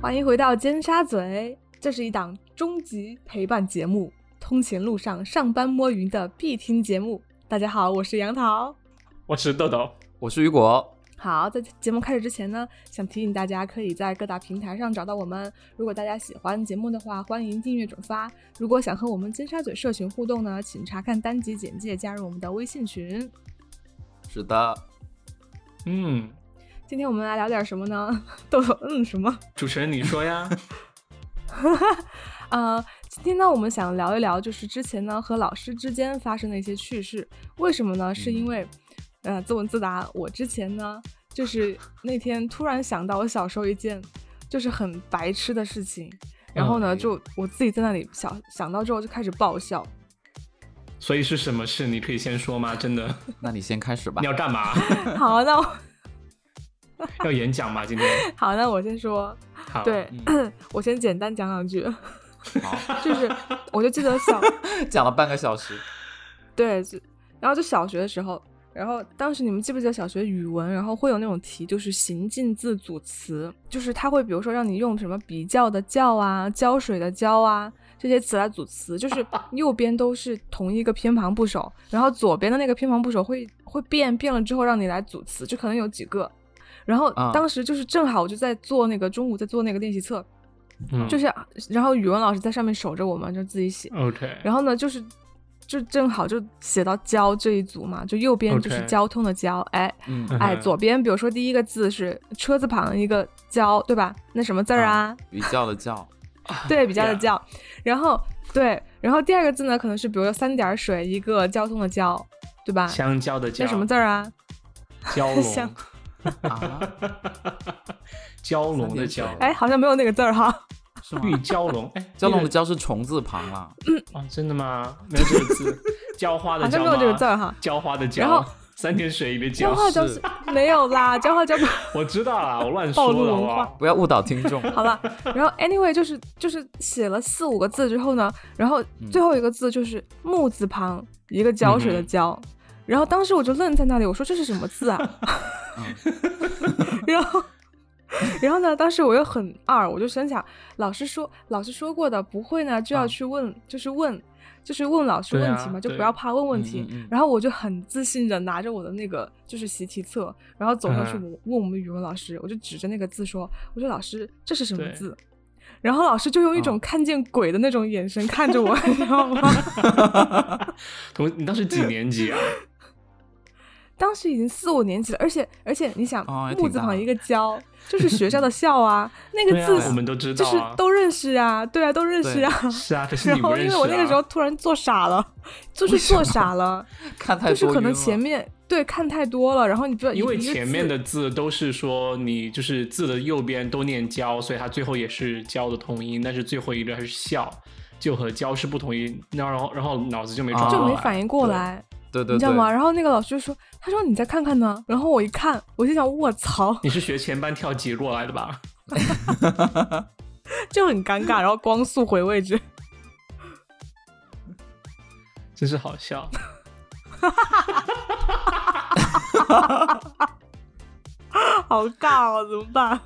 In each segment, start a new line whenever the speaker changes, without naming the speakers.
欢迎回到尖沙咀，这是一档终极陪伴节目，通勤路上、上班摸鱼的必听节目。大家好，我是杨桃。
我是豆豆，
我是雨果，
好，在节目开始之前呢，想提醒大家可以在各大平台上找到我们。如果大家喜欢节目的话，欢迎订阅转发。如果想和我们尖沙咀社群互动呢，请查看单集简介，加入我们的微信群。
是的，
嗯，
今天我们来聊点什么呢？ 豆豆，嗯，什么？
主持人你说呀，
呃，今天呢，我们想聊一聊，就是之前呢和老师之间发生的一些趣事。为什么呢？是因为，呃，自问自答，我之前呢，就是那天突然想到我小时候一件就是很白痴的事情，然后呢，
嗯
就我自己在那里想想到之后就开始爆笑。
所以是什么事？你可以先说吗？真的，
那你先开始吧
你。要干嘛？
好，那我
要演讲吗？今天
好，那我先说，
好，嗯
对、我先简单讲两句， 就是我就记得小。
讲了半个小时，
对，就然后就小学的时候，然后当时你们记不记得小学语文，然后会有那种题，就是行进字组词，就是它会比如说让你用什么比较的较啊、浇水的浇啊这些词来组词，就是右边都是同一个偏旁部首，然后左边的那个偏旁部首会会变，变了之后让你来组词，就可能有几个。然后
啊
当时就是正好我就在做那个中午在做那个练习册，
嗯，
就是然后语文老师在上面守着我们，就自己写。
OK，
然后呢，就是就正好就写到交这一组嘛，就右边就是
OK
交通的交，哎
嗯，
哎，
嗯
左边比如说第一个字是车字旁一个交，对吧？那什么字儿啊？
语教的教，
对，比较的
啊 Yeah
较。然后对，然后第二个字呢，可能是比如说三点水一个交通的交，对吧？
香蕉的蕉，
啊那什么字儿啊？
蛟
香
龙，
啊，
蛟龙的蛟
三点水，
哎，好像没有那个字儿哈。
是吗？
玉蛟龙，哎，
蛟
那
龙
个
的蛟是虫字旁啊啦，
哦，真的吗？没有这个 字，浇花的
好
浇
像
吗
啊没有这个字儿 哈
浇花的
然后
浇，三点水一个
交
浇，
换交
是
没有啦，交换交不
我知道了，我乱
暴
说
露
的，好
文
不
化
好？
不要误导听 众。
好了，然后 anyway 就是就是写了四五个字之后呢，然后
嗯
最后一个字就是木字旁一个浇水的浇，然后当时我就愣在那里，我说这是什么字啊？
嗯
然后。然后呢？当时我又很二，我就想想，老师说老师说过的，不会呢就要
啊
去问，就是问，就是问老师
对
问
啊
题嘛，就
对
不要怕问问题。
嗯嗯嗯
然后我就很自信的拿着我的那个就是习题册，然后走过去
啊
嗯
问问我们语文老师，我就指着那个字说，我说老师这是什么
对嗯
字？然后老师就用一种
啊
看见鬼的那种眼神看 着我，你知道吗？
同你当时几年级啊？
当时已经四五年级了，而且而且你想
哦也，挺
木字
大
旁
的
一个教，就是学校的校 啊，那
对
个
啊
字
我们都知
就
道
是
啊，
都认识啊，对啊，都认识啊。
是啊，可是
然
你不
后
认
因
识
为
啊。
我那个时候突然做傻了，就是做傻 了，
看太
就
多
是可
晕
能
了
前面对看太多了，然后你不知道
因
呃
为
一个
前
字
面的字都是说你就是字的右边都念交，所以它最后也是交的同音，但是最后一个还是笑，就和交是不同音。那然后然后脑子就没转
啊
就
过来，
没反应过
对。
来，
对对
你知道吗？
对，
然后那个老师就说，他说你再看看呢，然后我一看，我就想卧槽，
你是学前班跳级过来的吧？
就很尴 尬，然后光速回位置。
真是好笑。
好尬哦，怎么办？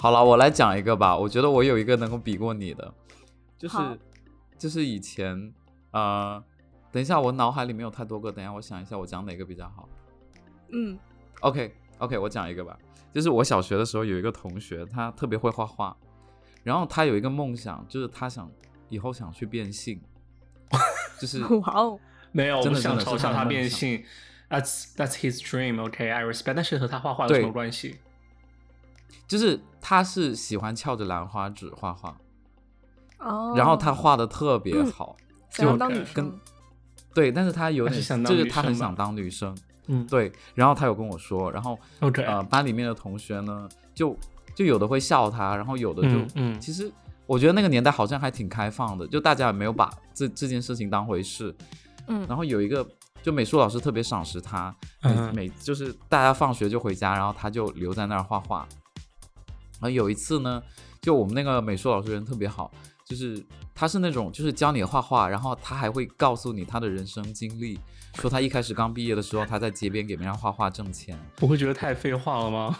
好了，我来讲一个吧，我觉得我有一个能够比过你的，就是
好
就是以前呃，等一下，我脑海里没有太多个，等一下我想一下，我讲哪个比较好。
嗯
OK OK，我讲一个吧，就是我小学的时候有一个同学，他特别会画画，然后他有一个梦想，就是他想以后想去变性，就是
哇哦，
没有，我
真
不
的
想
真的
嘲
是他
笑
的
他
梦
变
想
性。That's that's his dream. OK, I respect. 但是和他画画有
对
什么关系？
就是他是喜欢翘着兰花指画画，
哦，
然后他画的特别好，
想要
就
当女
跟
生，
对，但是他有
他
点
是想当
就是
女
他
生
很
吧
想当女生，
嗯
对，然后他有跟我说，然后
，OK，
呃班里面的同学呢，就就有的会笑他，然后有的就、
嗯嗯
其实我觉得那个年代好像还挺开放的，就大家也没有把这这件事情当回事。
嗯
然后有一个就美术老师特别赏识他，
嗯
每每就是大家放学就回家，然后他就留在那儿画画。然后有一次呢，就我们那个美术老师人特别好，就是他是那种就是教你画画，然后他还会告诉你他的人生经历，说他一开始刚毕业的时候，他在街边给别人画画挣钱，
不会觉得太废话了吗？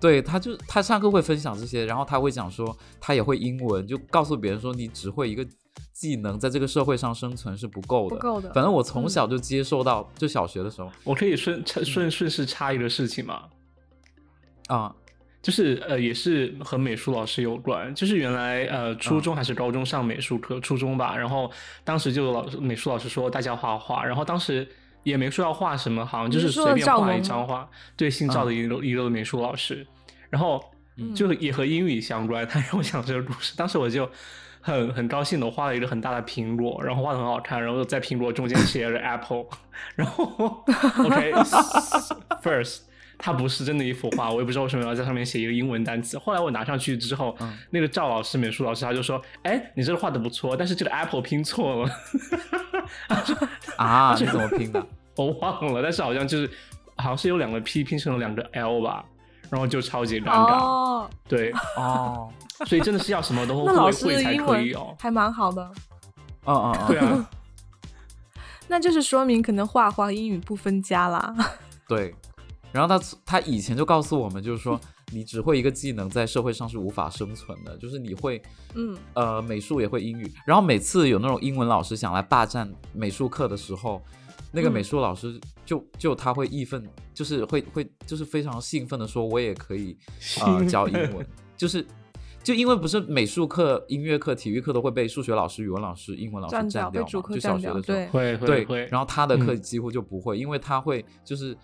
对，他就他上课会分享这些，然后他会讲说他也会英文，就告诉别人说你只会一个技能，在这个社会上生存是不够的。
不够的
反正我从
嗯
小就接受到，就小学的时候
我可以顺顺顺顺势插一个事情嘛，
啊，
就是呃，也是和美术老师有关。就是原来呃，初
嗯
中还是高中上美术课，初中吧。然后当时就老师美术老师说大家画画，然后当时也没说要画什么，好像
你
就是
是说
随
的
便
赵
画
萌
一
吗
张画。对，姓赵的一路一路的美术老师，然后
嗯
就也和英语相关。他让我讲这个故事，当时我就。很很高兴的画了一个很大的苹果，然后画的很好看，然后在苹果中间写着 apple，然 后 OK first，它不是真的一幅画，我也不知道为什么要在上面写一个英文单词。后来我拿上去之后，
嗯
那个赵老师美术老师他就说：“哎，你这个画的不错，但是这个 apple 拼错了，
啊，你怎么拼的？
我忘了，但是好像就是好像是有两个 p 拼成了两个 l 吧。”然后就超级尴尬，
哦，
对，
哦，
所以真的是要什么都
那老
会
师
会
的
才
英
可
文
以哦。
还蛮好的，
哦哦哦，
对啊，
那就是说明可能画画和英语不分家啦。
对。然后他他以前就告诉我们，就是说你只会一个技能，在社会上是无法生存的，就是你会
嗯，
呃美术也会英语，然后每次有那种英文老师想来霸占美术课的时候，那个
嗯
美术老师就、就他会义愤，就是会会就是非常兴奋的说，我也可以呃
兴
教英
奋
文，就是就因为不是美术课、音乐课、体育课都会被数学老师、语文老师、英文老师
占
占
被
掉
主
嘛，
课
就
占
小学
掉，
的时候
对，
会会
对
会，
然后他的课
嗯
几乎就不会，因为他会就是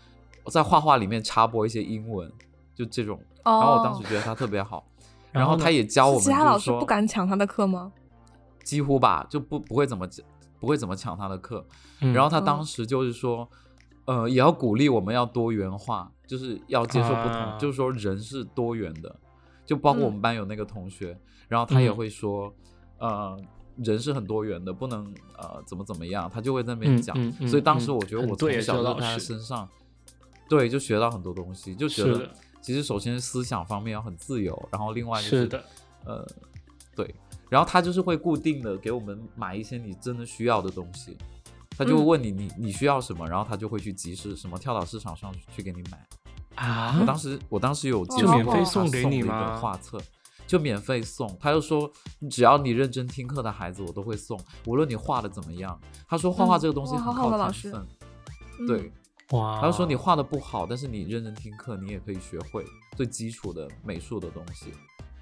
在画画里面插播一些英文，就这种，
哦
然后我当时觉得他特别好。
然
然
后
后
呢
他也教我们，
是其他老师
就是说
不敢抢他的课吗？
几乎吧，就不不会怎么不会怎么抢他的课。
嗯
然后他
嗯
当时就是说，呃，也要鼓励我们要多元化，就是要接受不同，
啊
就是说人是多元的，就包括我们班有那个同学，然后他也
嗯
会说，呃，人是很多元的，不能呃怎么怎么样，他就会在那边
嗯
讲。
嗯嗯
所以当时
嗯
我觉得
很
我
对这
从小
个
到
老
他
师
身上，对，就学到很多东西，就觉
是
得
的
其实首先是思想方面要很自由，然后另外就是
的，
呃，对，然后他就是会固定的给我们买一些你真的需要的东西，他就会
嗯
问你、你你需要什么，然后他就会去集市什么跳蚤市场上去给你买。
啊
我当时我当时有接
就
受
免
过
费
他
送给
的
你
一
吗
本画册。就免费送，他就说只要你认真听课的孩子，我都会送，无论你画的怎么样。他说画画
嗯
这个东西
哇
很
好好
靠
的
天
老师
分，
嗯
对。
哇
啊他就说
哦
你画的不好，但是你认真听课，你也可以学会最基础的美术的东西。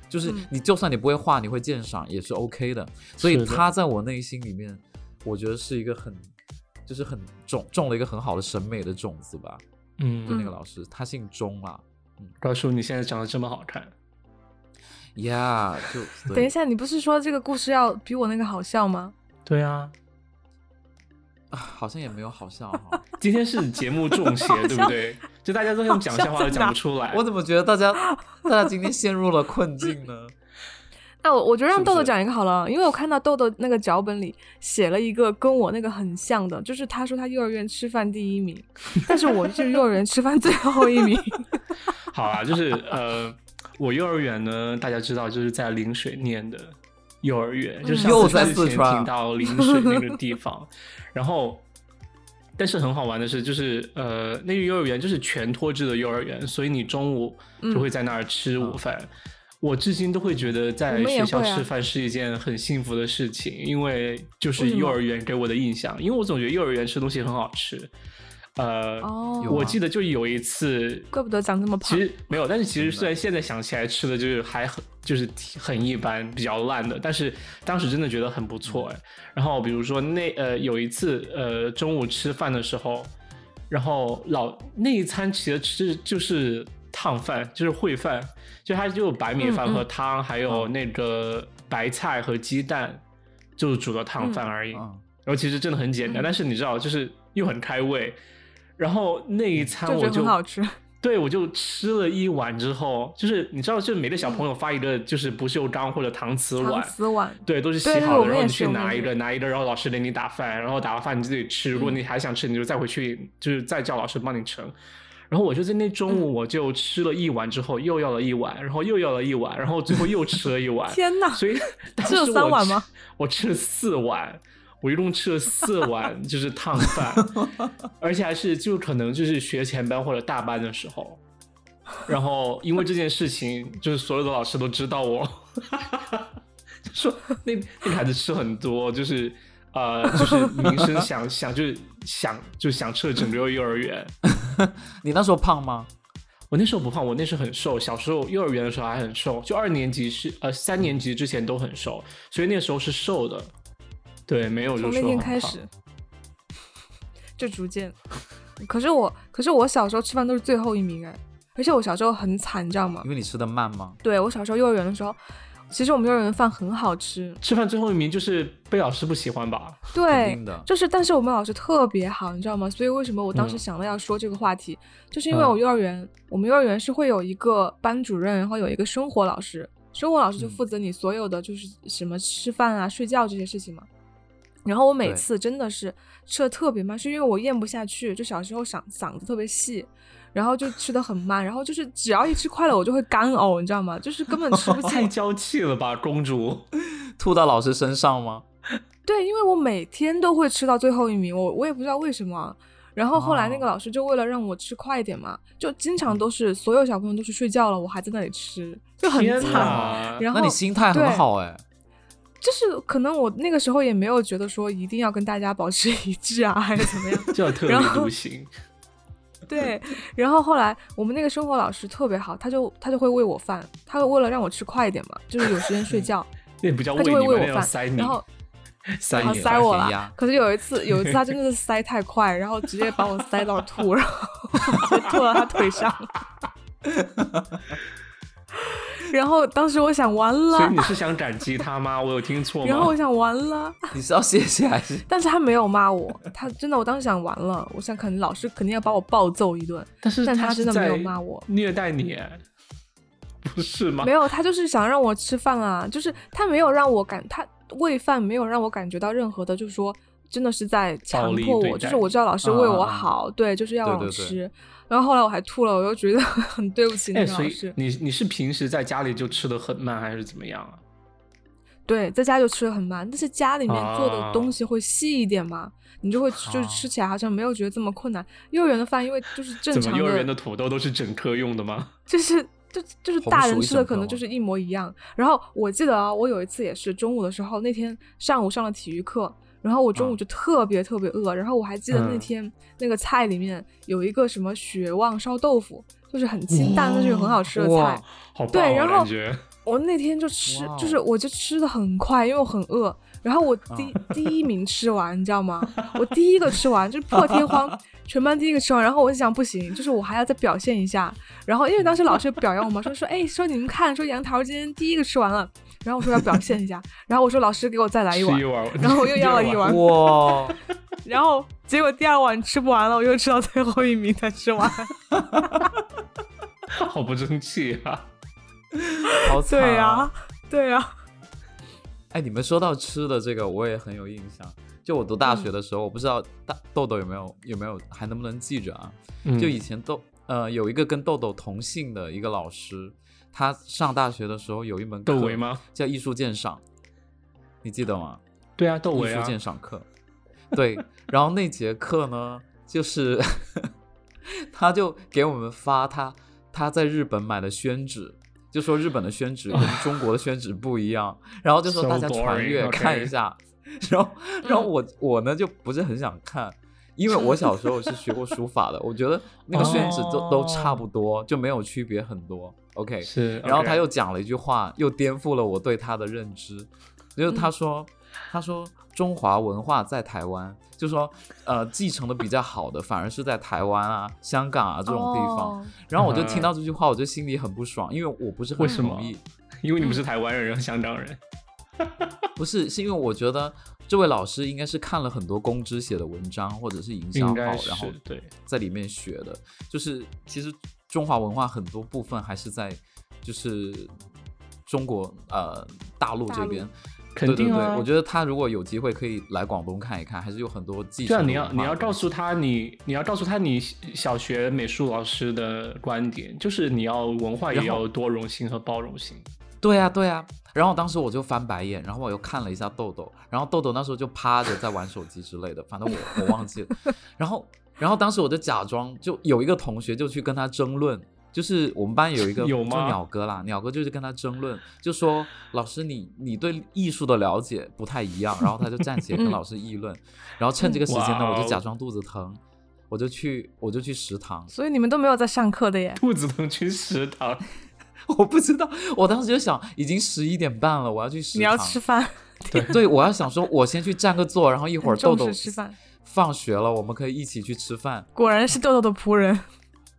就是
嗯
你就算你不会画，你会鉴赏也是 OK 的。所以
是的
他在我内心里面，我觉得是一个很，就是很种种了一个很好的审美的种子吧。
嗯
就那个
嗯
老师，他姓钟啊
告诉你现在长得这么好看，
，Yeah，就
等一
对
下，你不是说这个故事要比我那个好笑吗？
对啊，
啊，好像也没有好笑哈。
今天是节目中 邪，对不对？就大家都用讲笑话都讲不出来。
我怎么觉得大家大家今天陷入了困 境呢？
那我我就让
是不
豆豆
是
讲一个好了，因为我看到豆豆那个脚本里写了一个跟我那个很像的，就是他说他幼儿园吃饭第一名，但是我是幼儿园吃饭最后一 名。
好啊，就是呃，我幼儿园呢，大家知道就是在陵水念的幼儿园，
嗯
就是上次
又在
之前
四川啊
听到陵水那个地方，然后。但是很好玩的是，就是呃，那个幼儿园就是全托制的幼儿园，所以你中午就
嗯
会在那儿吃午饭。我至今都会觉得在
我们也
学校
会啊
吃饭是一件很幸福的事情，因为就是
为什么
幼儿园给我的印象，因为我总觉得幼儿园吃东西很好吃。呃，
哦，
有
我
啊
记得就有一次，
怪不得长这么
其
胖。
实没有，但是其实虽然现在想起来吃的就是还很就是挺很一般，比较烂的，但是当时真的觉得很不错
嗯
哎。然后比如说那呃有一次呃中午吃饭的时候，然后老那一餐其实吃就是烫饭，就是烩饭，就它就有白米饭
嗯嗯
和汤，还有那个白菜和鸡蛋，就是煮的烫饭而已。
嗯，
然后其实真的很简单，
嗯
但是你知道就是又很开胃。然后那一餐
嗯就觉
我
得很好吃，
对，我就吃了一碗之后，就是你知道，就是每个小朋友发一个就是不锈钢或者搪瓷
搪
碗，
瓷碗，
对，都是洗
对对
好
我
的，
们
然后
也
你
是
去
我们
拿
也
一
是，
个，拿一个，然后老师给你打饭，然后打完饭你自己吃，如果你还想吃，你就再回去就是再叫老师帮你盛。然后我就在那中午，我就吃了一碗之后，又要了一碗，然后又要了一碗，然后最后又吃了一碗
天哪！
所以当
只有
时
三
我
碗
吃
吗？
我吃了四碗，我一共吃了四碗就是 烫饭，而且还是就可能就是学前班或者大班的时候。然后因为这件事情，就是所有的老师都知道我， 就说那那个孩子吃很多，就是呃，就是名声响响，就是响就响彻整个幼儿园。
你那时候胖吗？
我那时候不胖，我那时候很瘦，小时候幼儿园的时候还很瘦，就二年级是呃三年级之前都很瘦，所以那时候是瘦的。对，没有就
从
说
那天
很
开
胖
始，就逐渐。可是我，可是我小时候吃饭都是最后一名哎，而且我小时候很惨，你知道吗
因？为你吃的慢吗？
对我小时候幼儿园的时候，其实我们幼儿园的饭很好吃，
吃饭最后一名就是被老师不喜欢吧？
肯
对
定，的。
就是但是我们老师特别好，你知道吗？所以为什么我当时
嗯
想到要说这个话题，就是
嗯
因为我幼儿园，我们幼儿园是会有一个班主任，然后有一个生活老师，生活老师就
嗯
负责你所有的就是什么吃饭啊、睡觉这些事情嘛。然后我每
对
次真的是吃的特别慢，是因为我咽不下去，就小时候嗓嗓子特别细，然后就吃的很慢，然后就是只要一吃快了我就会干呕，你知道吗？ 就是根本 吃不下
太娇气了吧，公主！
吐到老师身上吗？
对，因为我每天都会吃到最后一名，我我也不知道为什么。啊然后后来那个
哦嗯
老师就为了让我吃快一点嘛，就经常都是所有小朋友都去睡觉了，我还在那里吃，就很
天
惨。
哪！
然
那
后
你心态
对
很好哎、
就是可能我那个时候也没有觉得说一定要跟大家保持 一致啊，还是怎么样。
叫特立
然后
独行，
对，然后后来我们那个生活老师特别好，他就他就会喂我饭，他为了让我吃快一点嘛，就是有时间睡 觉，
那不叫
他
喂
就
你
会
吧，
喂我
那叫
饭
塞你，
然后
哎塞
然后
你
塞我
填
了
鸭。
可是有一次，有一次他真的是塞太快，然后直接把我塞到吐，然后 我就吐到他腿上。 然后当时我想完
所
了
以，你是想感激他吗？我有听错 吗？
然后我想完了，
你是要谢谢还 是？
但是他没有骂我，他真的我当时想完了，我想肯定老师肯定要把我暴揍一顿，
但是
但他
是
真的没有
在
骂我
虐待你，不是吗
没？有，他就是想让我吃饭啦，就是他没有让我感，他喂饭没有让我感觉到任何的，就是说真的是在强
力
迫
对
我，就
待嗯
是我知道老师为我
啊啊啊
好，对，就是要
对
让我
对对
吃。然后后来我还吐了，我又觉得 很对不起那
哎，
个
所
老
以
师。
你你是平时在家里就吃的很慢，还是怎么样啊？
对，在家就吃的很慢，但是家里面做的
啊
东西会细一点嘛，你就会吃就是吃起来好像没有觉得这么困难。幼儿园的饭因为就是正
怎么
常
幼儿园的土豆都是整颗用的吗？
就是就就是
红
大
薯
人
一
吃的
整
可
颗
能
吗
就是一模一样。然后我记得啊，我有一次也是中午的时候，那天上午上了体育课，然后我中午
嗯
就特别特别饿，然后我还记得那
嗯
天那个菜里面有一个什么血旺烧豆腐，就是很清淡，但是又很好吃的菜
哇。
好棒、
对
哦，
然后
感觉
我那天就吃，
哇哦啊
就是我就吃的很快，因为我很饿。然后我第、第一名吃完，你知道吗？我第一个吃完，就是破天 荒，全班第一个吃完。然后我就想不行，就是我还要再表现一下。然后因为当时老师表扬我嘛，说说哎，说你们看，说杨桃今天第一个吃完了。然后我说要表现一下，然后我说老师给我再 来一碗
吃一，碗，
然后我又要了一碗，
哇，
然后结果第二碗吃不完了，我又吃到最后一名才吃 完。
好不争气啊！
好惨、
对呀、
啊！
对呀、
哎，你们说到吃的这个，我也很有印象。就我读大学的时候，我不知道大豆豆有没有有没有还能不能记着啊？
嗯
就以前豆呃有一个跟豆豆同姓的一个老师，他上大学的时候有一门课
窦唯吗？
叫艺术鉴赏，你记得吗？
对啊，窦
艺
唯
术
啊，
鉴赏课。对，然后那节课呢，就是 他就给我们发他他在日本买的宣纸，就说日本的宣纸跟中国的宣纸不一样，然后就说
啊 So
大家传阅
boring,
看一
okay
下。然后，然后我我呢就不是很想看，因为我小时候是学过书法的，我觉得那个宣纸都、都差
哦
不多，就没有区别很多。OK，
是，
然后
OK 啊
他又讲了一句话，又颠覆了我对他的认知，就是他说，他说中华文化在台湾，就说呃继承的比较好的反而是在台湾啊、香港啊这种地方。
哦
然后我就听到这句话，我就心里很不爽，因为我不是很
为什么
同意，
因为你们
嗯
是台湾人，然后香 港人，
不是是因为我觉得这位老师应该是看了很多公知写的文章或者是营销
应
号，
该是
然后
对。
在里面学的，就是其实中华文化很多部分还是在就是中国呃大陆
大
这
陆
边。
肯定
对对
啊
对，我觉得他如果有机会可以来广东看一看，还是有很多继
对
承
啊，
的
你要
文化
你要
的东
告
西
诉他你你要告诉他你小学美术老师的观点，就是你要文化也
然后
要多容性和包容性。
对啊对啊。然后当时我就翻白眼，然后我又看了一下豆豆，然后豆豆那时候就趴着在玩手机之类的，反正我我忘记了。然后然后当时我就假装就有一个同学就去跟他争论，就是我们班有一个
有
就
吗
鸟哥啦，鸟哥就是跟他争论，就说老师你你对艺术的了解不太一样，然后他就站起来跟老师议论，然后趁这个时间呢，
哇哦
我就假装肚子疼，我就去我就去 食堂，
所以你们都没有在上课的耶。
兔子能去食 堂，
啊我不知道，我当时就想已经十一点半了，我要去食堂，
你要吃饭，
对对，我要想说我先去占个座，然后一会儿
很重视
豆豆
吃饭
放学了，我们可以一起去吃饭。
果然是豆豆的仆人。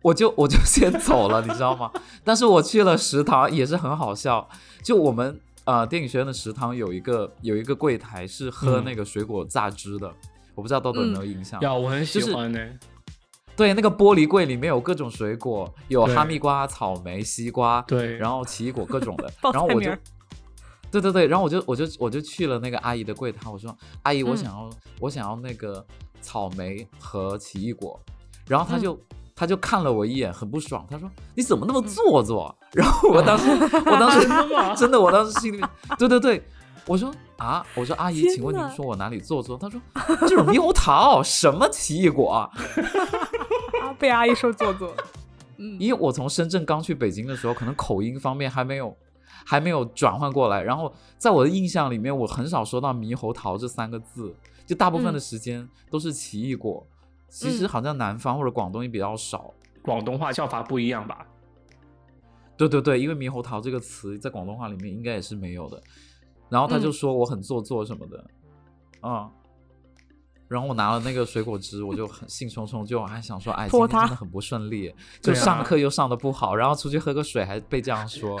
我就我就 先走了，你知道吗？但是我去了食堂也是很好笑，就我们呃电影学院的食堂有一个有一个柜台是喝
嗯
那个水果榨汁的，我不知道豆豆有没有
嗯
印象。
呀，我很喜
就是
欢呢、
对，那个玻璃柜里面有各种水果，有
对
哈密瓜、草莓、西瓜，
对
然后奇异果各种的
报，
然后
菜
我
名
就
儿。
对对对，然后我就我就我就去了那个阿姨的柜台，我说阿姨，我
嗯
想要、我想要那个草莓和奇异果，然后
嗯
她就、她就看了我一眼，很不爽，她说你怎么那么
嗯
做作？ 然后我 当时我当时 真的我当时心里面对对对，我说啊，我说阿姨，
天
请问
哪
您说我哪里做作？她说这 种猕猴桃什么奇异果啊？
啊，被阿姨说做作。嗯，
因为我从深圳刚去北京的时候，可能口音方面还没有还没有转换过来。然后在我的印象里面，我很少说到猕猴桃这三个字，就大部分的时间都是奇异果。其实
嗯
好像南方或者广东也比较少。
广东话叫法不一样吧？
对对对，因为猕猴桃这个词在广东话里面应该也是没有的。然后他就
嗯
说我很做作什么的，嗯。然后我拿了那个水果汁，我就很兴冲冲，就还想说，哎，今
泼
天真
他
的很不 顺利，就
对啊
上课又上的不好，然后出去喝个水还被这 样说，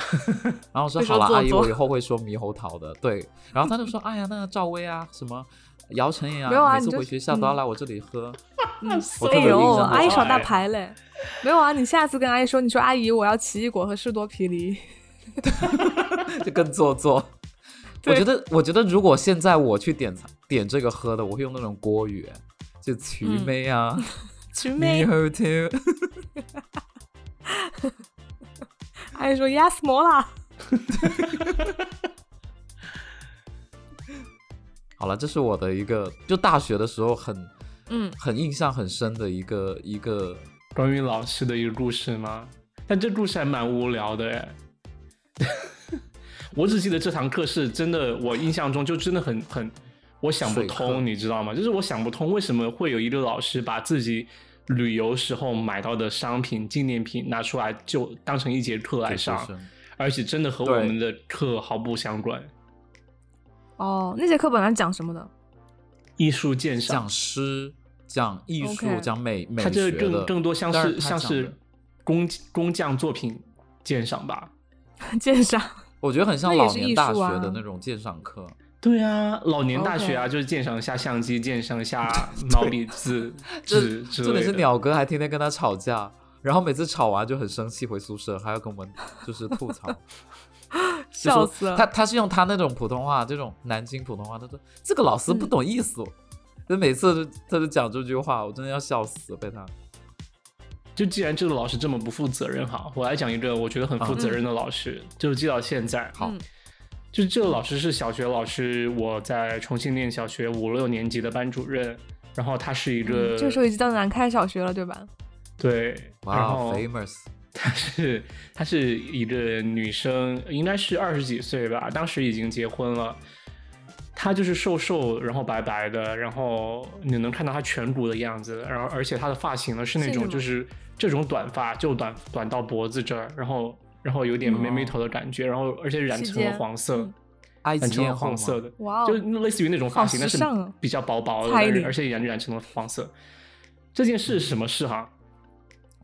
然后我说
被说
好了，
做
阿姨，
作
我以后会说猕猴桃的，对。然后他就说，哎呀，那个赵薇啊，什么姚晨也 啊，
没有啊
每
你
次
就
回
是
学校都要来我这里喝，
嗯
我特
哎
别有
呦，
印象
阿姨
好
耍大
哎
牌嘞。没有啊，你下次跟阿姨说，你说阿姨，我要奇异果和士多啤梨。
就更做作。我
对
觉得，我觉得如果现在我去点餐点这个喝的，我会用那种国语，就曲妹啊，
嗯曲
猕
妹，
猴桃，
阿姨说压死魔啦。
好了，这是我的一个，就大学的时候很
嗯，
很印象很深的一个一个，
关于老师的一个故事吗？但这故事还蛮无聊的哎。 我只记得这堂课是真的，我印象中就真的很很，我想不
水课
通，你知道吗？就是我想不通为什么会有一个老师把自己旅游时候买到的商品、纪念品拿出来就当成一节课来
给学
上，
生
而且真的和我
对
们的课毫不相关。
哦，那节课本来讲什么的？
艺术鉴赏
讲诗、讲艺术、
OK
讲美美
它这
学
个
的
更更多像
但
是
他
像
讲
是
的
工工匠作品鉴赏吧。
鉴赏。
我觉得很像
那也
老
是
年
艺
大
术
学
啊
的那种鉴赏课，
对啊，老年大学啊
OK
就是鉴赏一下相机，鉴赏一下毛笔字
这
纸之
重点
类
是
的。
鸟哥还天天跟他吵架，然后每次吵完就很生气，回宿舍还要跟我们就是吐槽。就
笑
说
死了
他他是用他那种普通话，这种南京普通话，他说这个老师
嗯
不懂意思哦，就每次都他都讲这句话，我真的要笑死被他。
就既然这个老师这么不负责任哈，我来讲一个我觉得很负责任的老
啊
师，就是记到现在。
好
嗯
就是这个老师是小学老师，我在重庆念小学五六年级的班主任，然后他是一个、
嗯
这个时候已经到南开小学了，对吧？
对，然
哇、
后
f a m o u s
她是她是一个女生，应该是二十几岁吧，当时已经结婚了。她就是瘦瘦，然后白白的，然后你能看到她颧骨的样子，然后而且她的发型呢是那
是
种
吗
就是这种短发，就短短到脖子这儿，然后然后有点妹妹头的感觉，然后而且染
细
成了
肩
黄色
嗯，
埃
染
及
成了
艳后
黄色
嘛，
的，
哇哦，
就类似于那种发型，
好
但
时
是
尚啊
比较薄薄的，
蔡依林
而且染染成了黄色。这件事是什么事哈、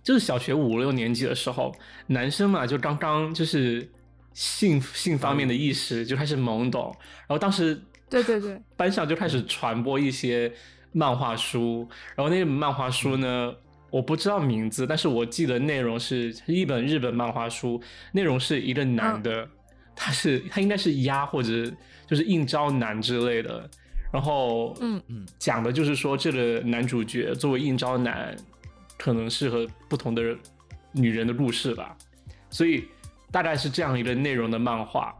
就是小学五六年级的时候，男生嘛就刚刚就是性性方面的意识就开始懵懂，然后当时
对对对，
班上就开始传播一些漫画书，然后那本漫画书呢，
嗯
我不知道名字，但是我记得内容是一本日本漫画书，内容是一个
嗯
男的，他是他应该是鸭或者就是应招男之类的，然后
嗯
嗯
讲的就是说这个男主角作为应招男，可能是和不同的女人的故事吧，所以大概是这样一个内容的漫画。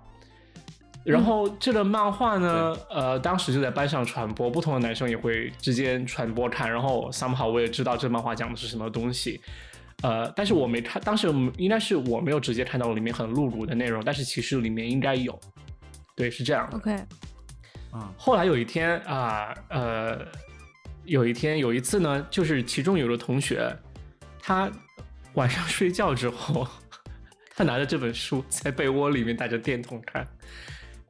然后这个漫画呢，呃，当时就在班上传播，不同的男生也会之间传播看，然后 somehow 我也知道这漫画讲的是什么东西，呃，但是我没看，当时应该是我没有直接看到里面很露骨的内容，但是其实里面应该有，对，是这样的。
OK，
啊
后来有一天啊，呃，有一天有一次呢，就是其中有个同学，他晚上睡觉之后， 他拿着这本书在被窝里面带着电筒看，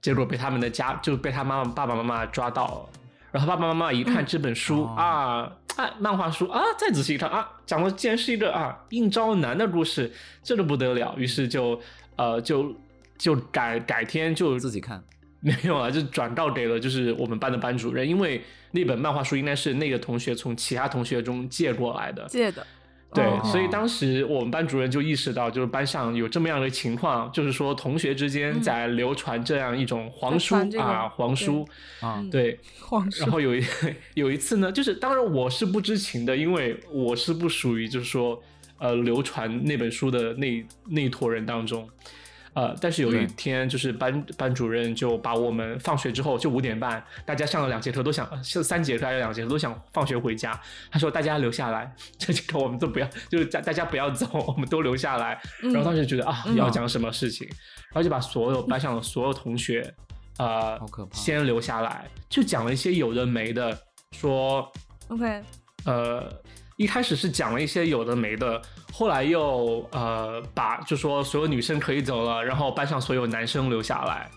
结果被他们的家就被他妈妈爸爸妈妈抓到了。然后爸爸妈妈一看这本书、
哦
啊，啊，漫画书啊，再仔细一看啊，讲的竟然是一个啊应招男的故事，这都不得了。于是就呃就就改改天就
自己看，
没有啊，就转告给了就是我们班的班主任，因为那本漫画书应该是那个同学从其他同学中借过来的，
借的。
对，
哦
所以当时我们班主任就意识到，就是班上有这么样的情况，就是说同学之间
嗯
在流传这样一种黄
在
书、
传这个
啊，黄书，
啊
嗯
对，
晃
然后有一 有一次呢，就是当然我是不知情的，因为我是不属于就是说呃流传那本书的那那一坨人当中。呃，但是有一
对
天，就是班班主任就把我们放学之后就五点半，大家上了两节课都想，呃是三节课还是两节课都想放学回家。他说大家留下来， 这节课我们都不要，就是大大家不要走，我们都留下来。然后当时觉得啊，
嗯
要讲什么事情，然后就把所有班上的所有同学，呃
好可，怕
先留下来，就讲了一些有的没的，说
OK，
呃，一开始是讲了一些有的没的，后来又呃把就说所有女生可以走了，然后班上所有男生留下来，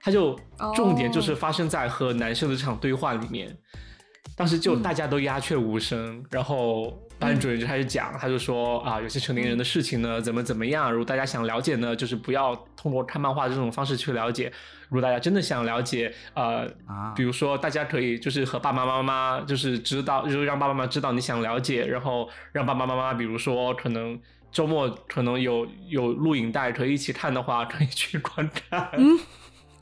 他就
哦
重点就是发生在和男生的这场对话里面。当时就大家都鸦雀无声，然后班主任就开始讲，他就说啊，有些成年人的事情呢，怎么怎么样，如果大家想了解呢，就是不要通过看漫画这种方式去了解。如果大家真的想了解，呃，
啊，
比如说，大家可以就是和爸爸妈妈，就是知道，就是让爸爸妈妈知道你想了解，然后让爸爸妈妈，比如说可能周末可能有有录影带可以一起看的话，可以去观看。
嗯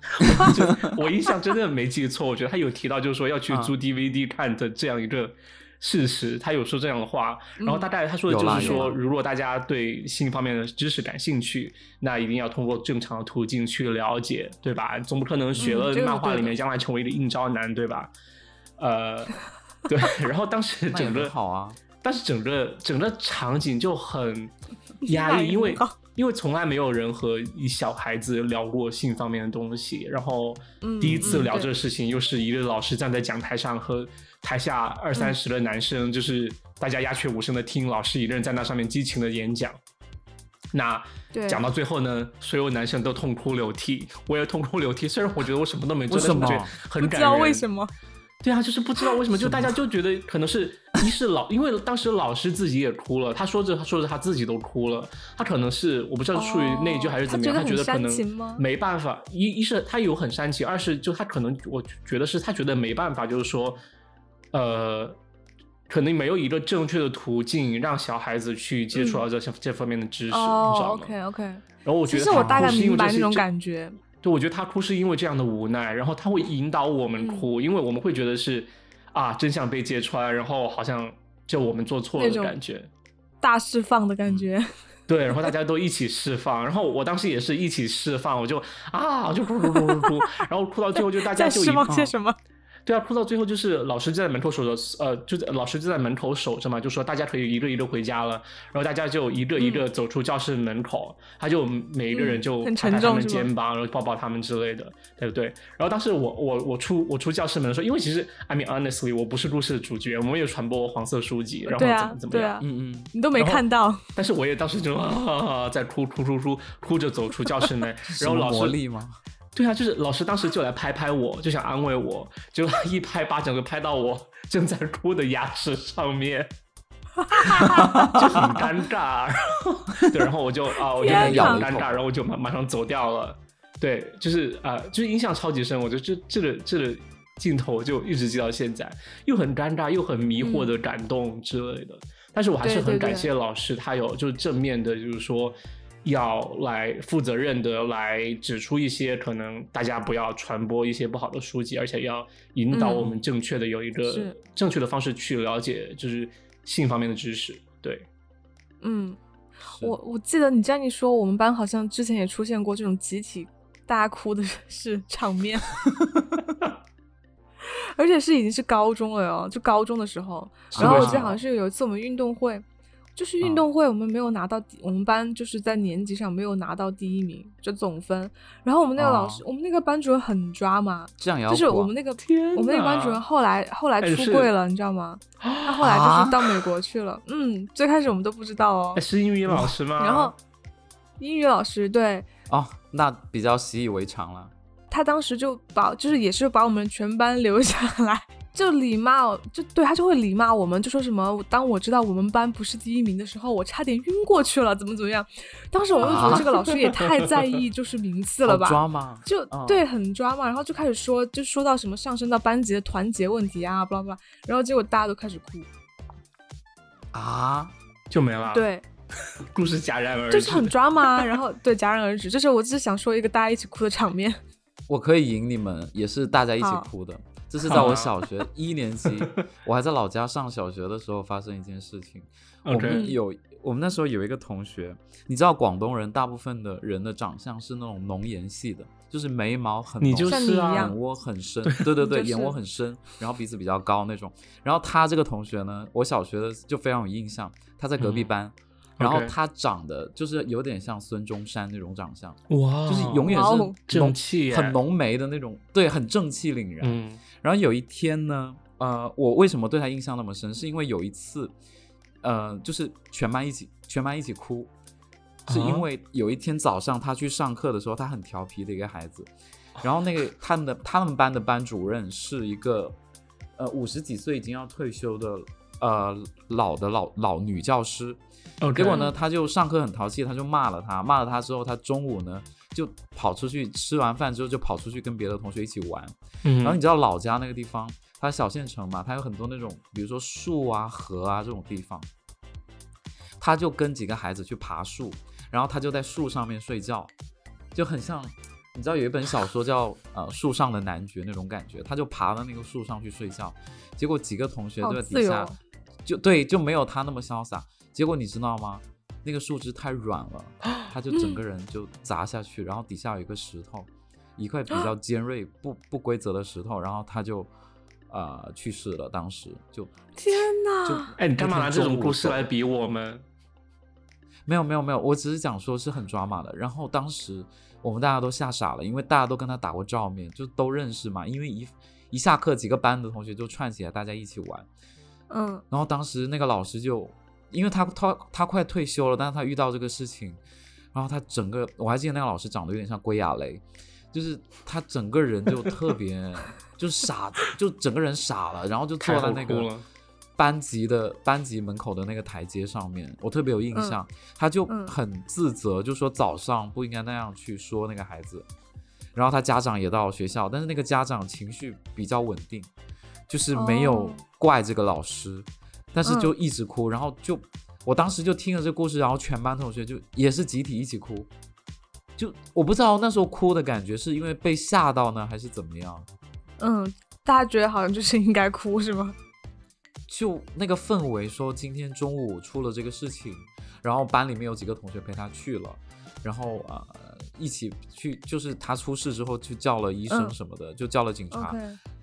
我就我印象真的没记错，我觉得他有提到就是说要去
啊
租 DVD 看的这样一个事实，他有说这样的话，然后
嗯
大概他说的
有
就
啦
是
有
说，
啦
如果大家对性方面的知识感兴趣，那一定要通过正常的途径去了解，对吧？总不可能学
嗯
了
这个
漫
是
画
对
里
的
面将来成为一个应招男，对吧？呃， 对。然后当时
那也
整
很
个
好啊，
但是整个整个场景就很
压
压抑，
抑
因为
到
因为从来没有人和一小孩子聊过性方面的东西，然后
嗯
第一次
嗯
聊
对
这个事情，又是一个老师站在讲台上和台下二三十的男生，就是大家鸦雀无声的听老师一个人在那上面激情的演讲。那
对
讲到最后呢，所有男生都痛哭流涕，我也痛哭流涕。虽然我觉得我什么都没做，但
为
是
什
我觉
么
得
不
很
知
感
道
人。
为什么，
对啊，就是不知道为什么，就大家就觉得可能是一是老，因为当时老师自己也哭了，他说着说着他自己都哭了，他可能是我不知道是出于内疚还是怎么样，
哦
他
他觉
觉
得
得
很
可
煽情吗
能没办法，一一是他有很煽情，二是就他可能我觉得是他觉得没办法，就是说，呃。可能没有一个正确的途径让小孩子去接触到这、这方面的知识，你知道
嗯哦
吗
，OK OK，
然后我觉
其
得
实
他
我大
哭
概
是因为
明白那
这些
种
这
感觉，
对，我觉得他哭是因为这样的无奈，然后他会引导我
嗯
们哭，因为我们会觉得是啊，真相被揭穿，然后好像就我们做错了
那
的
种
感觉。
大释放的感
嗯
觉，
对，然后大家都一起释放，然后我当时也是一起释放，我就啊，就哭哭哭哭哭，然后哭到最后就大家
在
就
释
一
放些什么？
对啊，哭到最后就是老师就在门口守着，呃，就在老师就在门口守着嘛，就说大家可以一个一个回家了，然后大家就一个一个走出教室门口，他就每一个人就
嗯很
拍
沉
拍
重
他们
是吗
肩膀，然后抱抱他们之类的，对不对？然后当时我我我出我出教室门的时候，因为其实 I mean honestly 我不是故事的主角，我们也传播黄色书籍，然后
对
怎
啊
么怎，么
对
样，
啊，
嗯嗯，
你都没
然后
看到，
但是我也当时就 啊啊啊啊在哭哭哭哭哭着走出教室 门，然后
什么
老师
魔力吗？
对啊，就是老师当时就来拍拍我，就想安慰我，结果他 一拍巴掌就拍到我正在哭的牙齿上面，就很尴尬。然后对，然后我就啊，我就
天
很
哪
尴尬，然后我就马马上走掉了。对，就是啊、就是印象超级深，我就这这个这个镜头就一直记到现在，又很尴尬，又很迷惑的感动之类的。但是我还
嗯
是
对对
很
对
感谢老师，他有就是正面的，就是说要来负责任的来指出一些可能大家不要传播一些不好的书籍，而且要引导
嗯
我们正确的有一个
是
正确的方式去了解就是性方面的知识。对，
嗯，
是
我我记得你这样一说，我们班好像之前也出现过这种集体大家哭的 是场 面，而且是已经是高中了哟，就高中的时候。
是
然后
为
我
什
记得
么嗯
好像是有一次我们运动会，就是运动会我们没有拿到第，我们班就是在年级上没有拿到第一名，就总分。然后我们那个老师，
哦
我们那个班主任很抓嘛，
这样也要啊
就是
过
我们那个
天哪，
我们那个班主任后来后来
哎
出
是
柜了，你知道吗？他后来就
啊
是到美国去了。嗯，最开始我们都不知道哦
哎。是英语老师吗？
然后英语老师对
哦，那比较习以为常了。
他当时就把就是也是把我们全班留下来，就礼貌，就对他就会礼貌我们，就说什么当我知道我们班不是第一名的时候，我差点晕过去了，怎么怎么样。当时我就觉得
啊
这个老师也太在 意就是名次了
好
吧，
抓吗？
就、
嗯
对很抓嘛，然后就开始说，就说到什么上升到班级的团结问题啊，巴拉巴拉，然后结果大家都开始哭，
啊，
就没了，，
对，
故事戛然而
就
止，
是很抓嘛， 然后对戛然而止，这是我只是想说一个大家一起哭的场 面，
我可以赢你们，也是大家一起
好
哭的。这是在我小
啊
学一年级， 我还在老家上小学的时候发生一件事情。我
OK，
们有我们那时候有一个同学，你知道广东人大部分的人的长相是那种浓颜系的，就是眉毛很浓，
你就
像
是
你一
啊
样
眼，窝很深，对对对，
就是
眼窝很深，然后鼻子比较高那种。然后他这个同学呢，我小学的就非常有印象，他在隔壁
嗯
班，然后
OK
他长得就是有点像孙中山那种长相，
哇，
就是永远
哇
是
哦
浓
正气耶
很浓眉的那种，对，很正气凛然。
嗯
然后有一天呢，呃，我为什么对他印象那么深？是因为有一次，呃，就是全班一起全班一起哭，是
啊
因为有一天早上他去上课的时候，他很调皮的一个孩子，然后那个 他们的他们班的班主任是一个呃五十几岁已经要退休的呃老的老老女教师，
，OK，
结果呢，他就上课很淘气，他就骂了他，骂了他之后，他中午呢就跑出去吃完饭之后就跑出去跟别的同学一起玩。
嗯，
然后你知道老家那个地方，它小县城嘛，它有很多那种，比如说树啊、河啊这种地方，他就跟几个孩子去爬树，然后他就在树上面睡觉，就很像，你知道有一本小说叫呃《树上的男爵》那种感觉，他就爬到那个树上去睡觉，结果几个同学
好
就在
自
底
由
下
哦，
就对就没有他那么潇洒，结果你知道吗？那个树枝太软了，他就整个人就砸下去，然后底下有一个石头，一块比较尖锐、不不规则的石头，然后他就呃去世了。当时就
天
就
哪，
哎，你干嘛拿这
那天
种
中午
故事
走
来比我们？
没有没有没有，我只是讲说是很抓马的。然后当时我们大家都吓傻了，因为大家都跟他打过照面，就都认识嘛。因为一一下课，几个班的同学就串起来，大家一起玩。
嗯，
然后当时那个老师就，因为他他他快退休了，但是他遇到这个事情，然后他整个我还记得那个老师长得有点像归亚蕾，就是他整个人就特别就傻，就整个人傻了，然后就坐
开
在
后
那
哭
个
了
班级的班级门口的那个台阶上面，我特别有印象，他就
嗯
很自责，就说早上不应该那样去说那个孩子。然后他家长也到学校，但是那个家长情绪比较稳定，就是没有
哦
怪这个老师，但是
嗯
就一直哭，然后就我当时就听了这故事，然后全班同学就也是集体一起哭，就我不知道那时候哭的感觉是因为被吓到呢，还是怎么样，
嗯，大家觉得好像就是应该哭是吗？
就那个氛围说今天中午出了这个事情，然后班里面有几个同学陪他去了。然后啊、呃一起去，就是他出事之后去叫了医生
嗯
什么的，就叫了警察。
OK，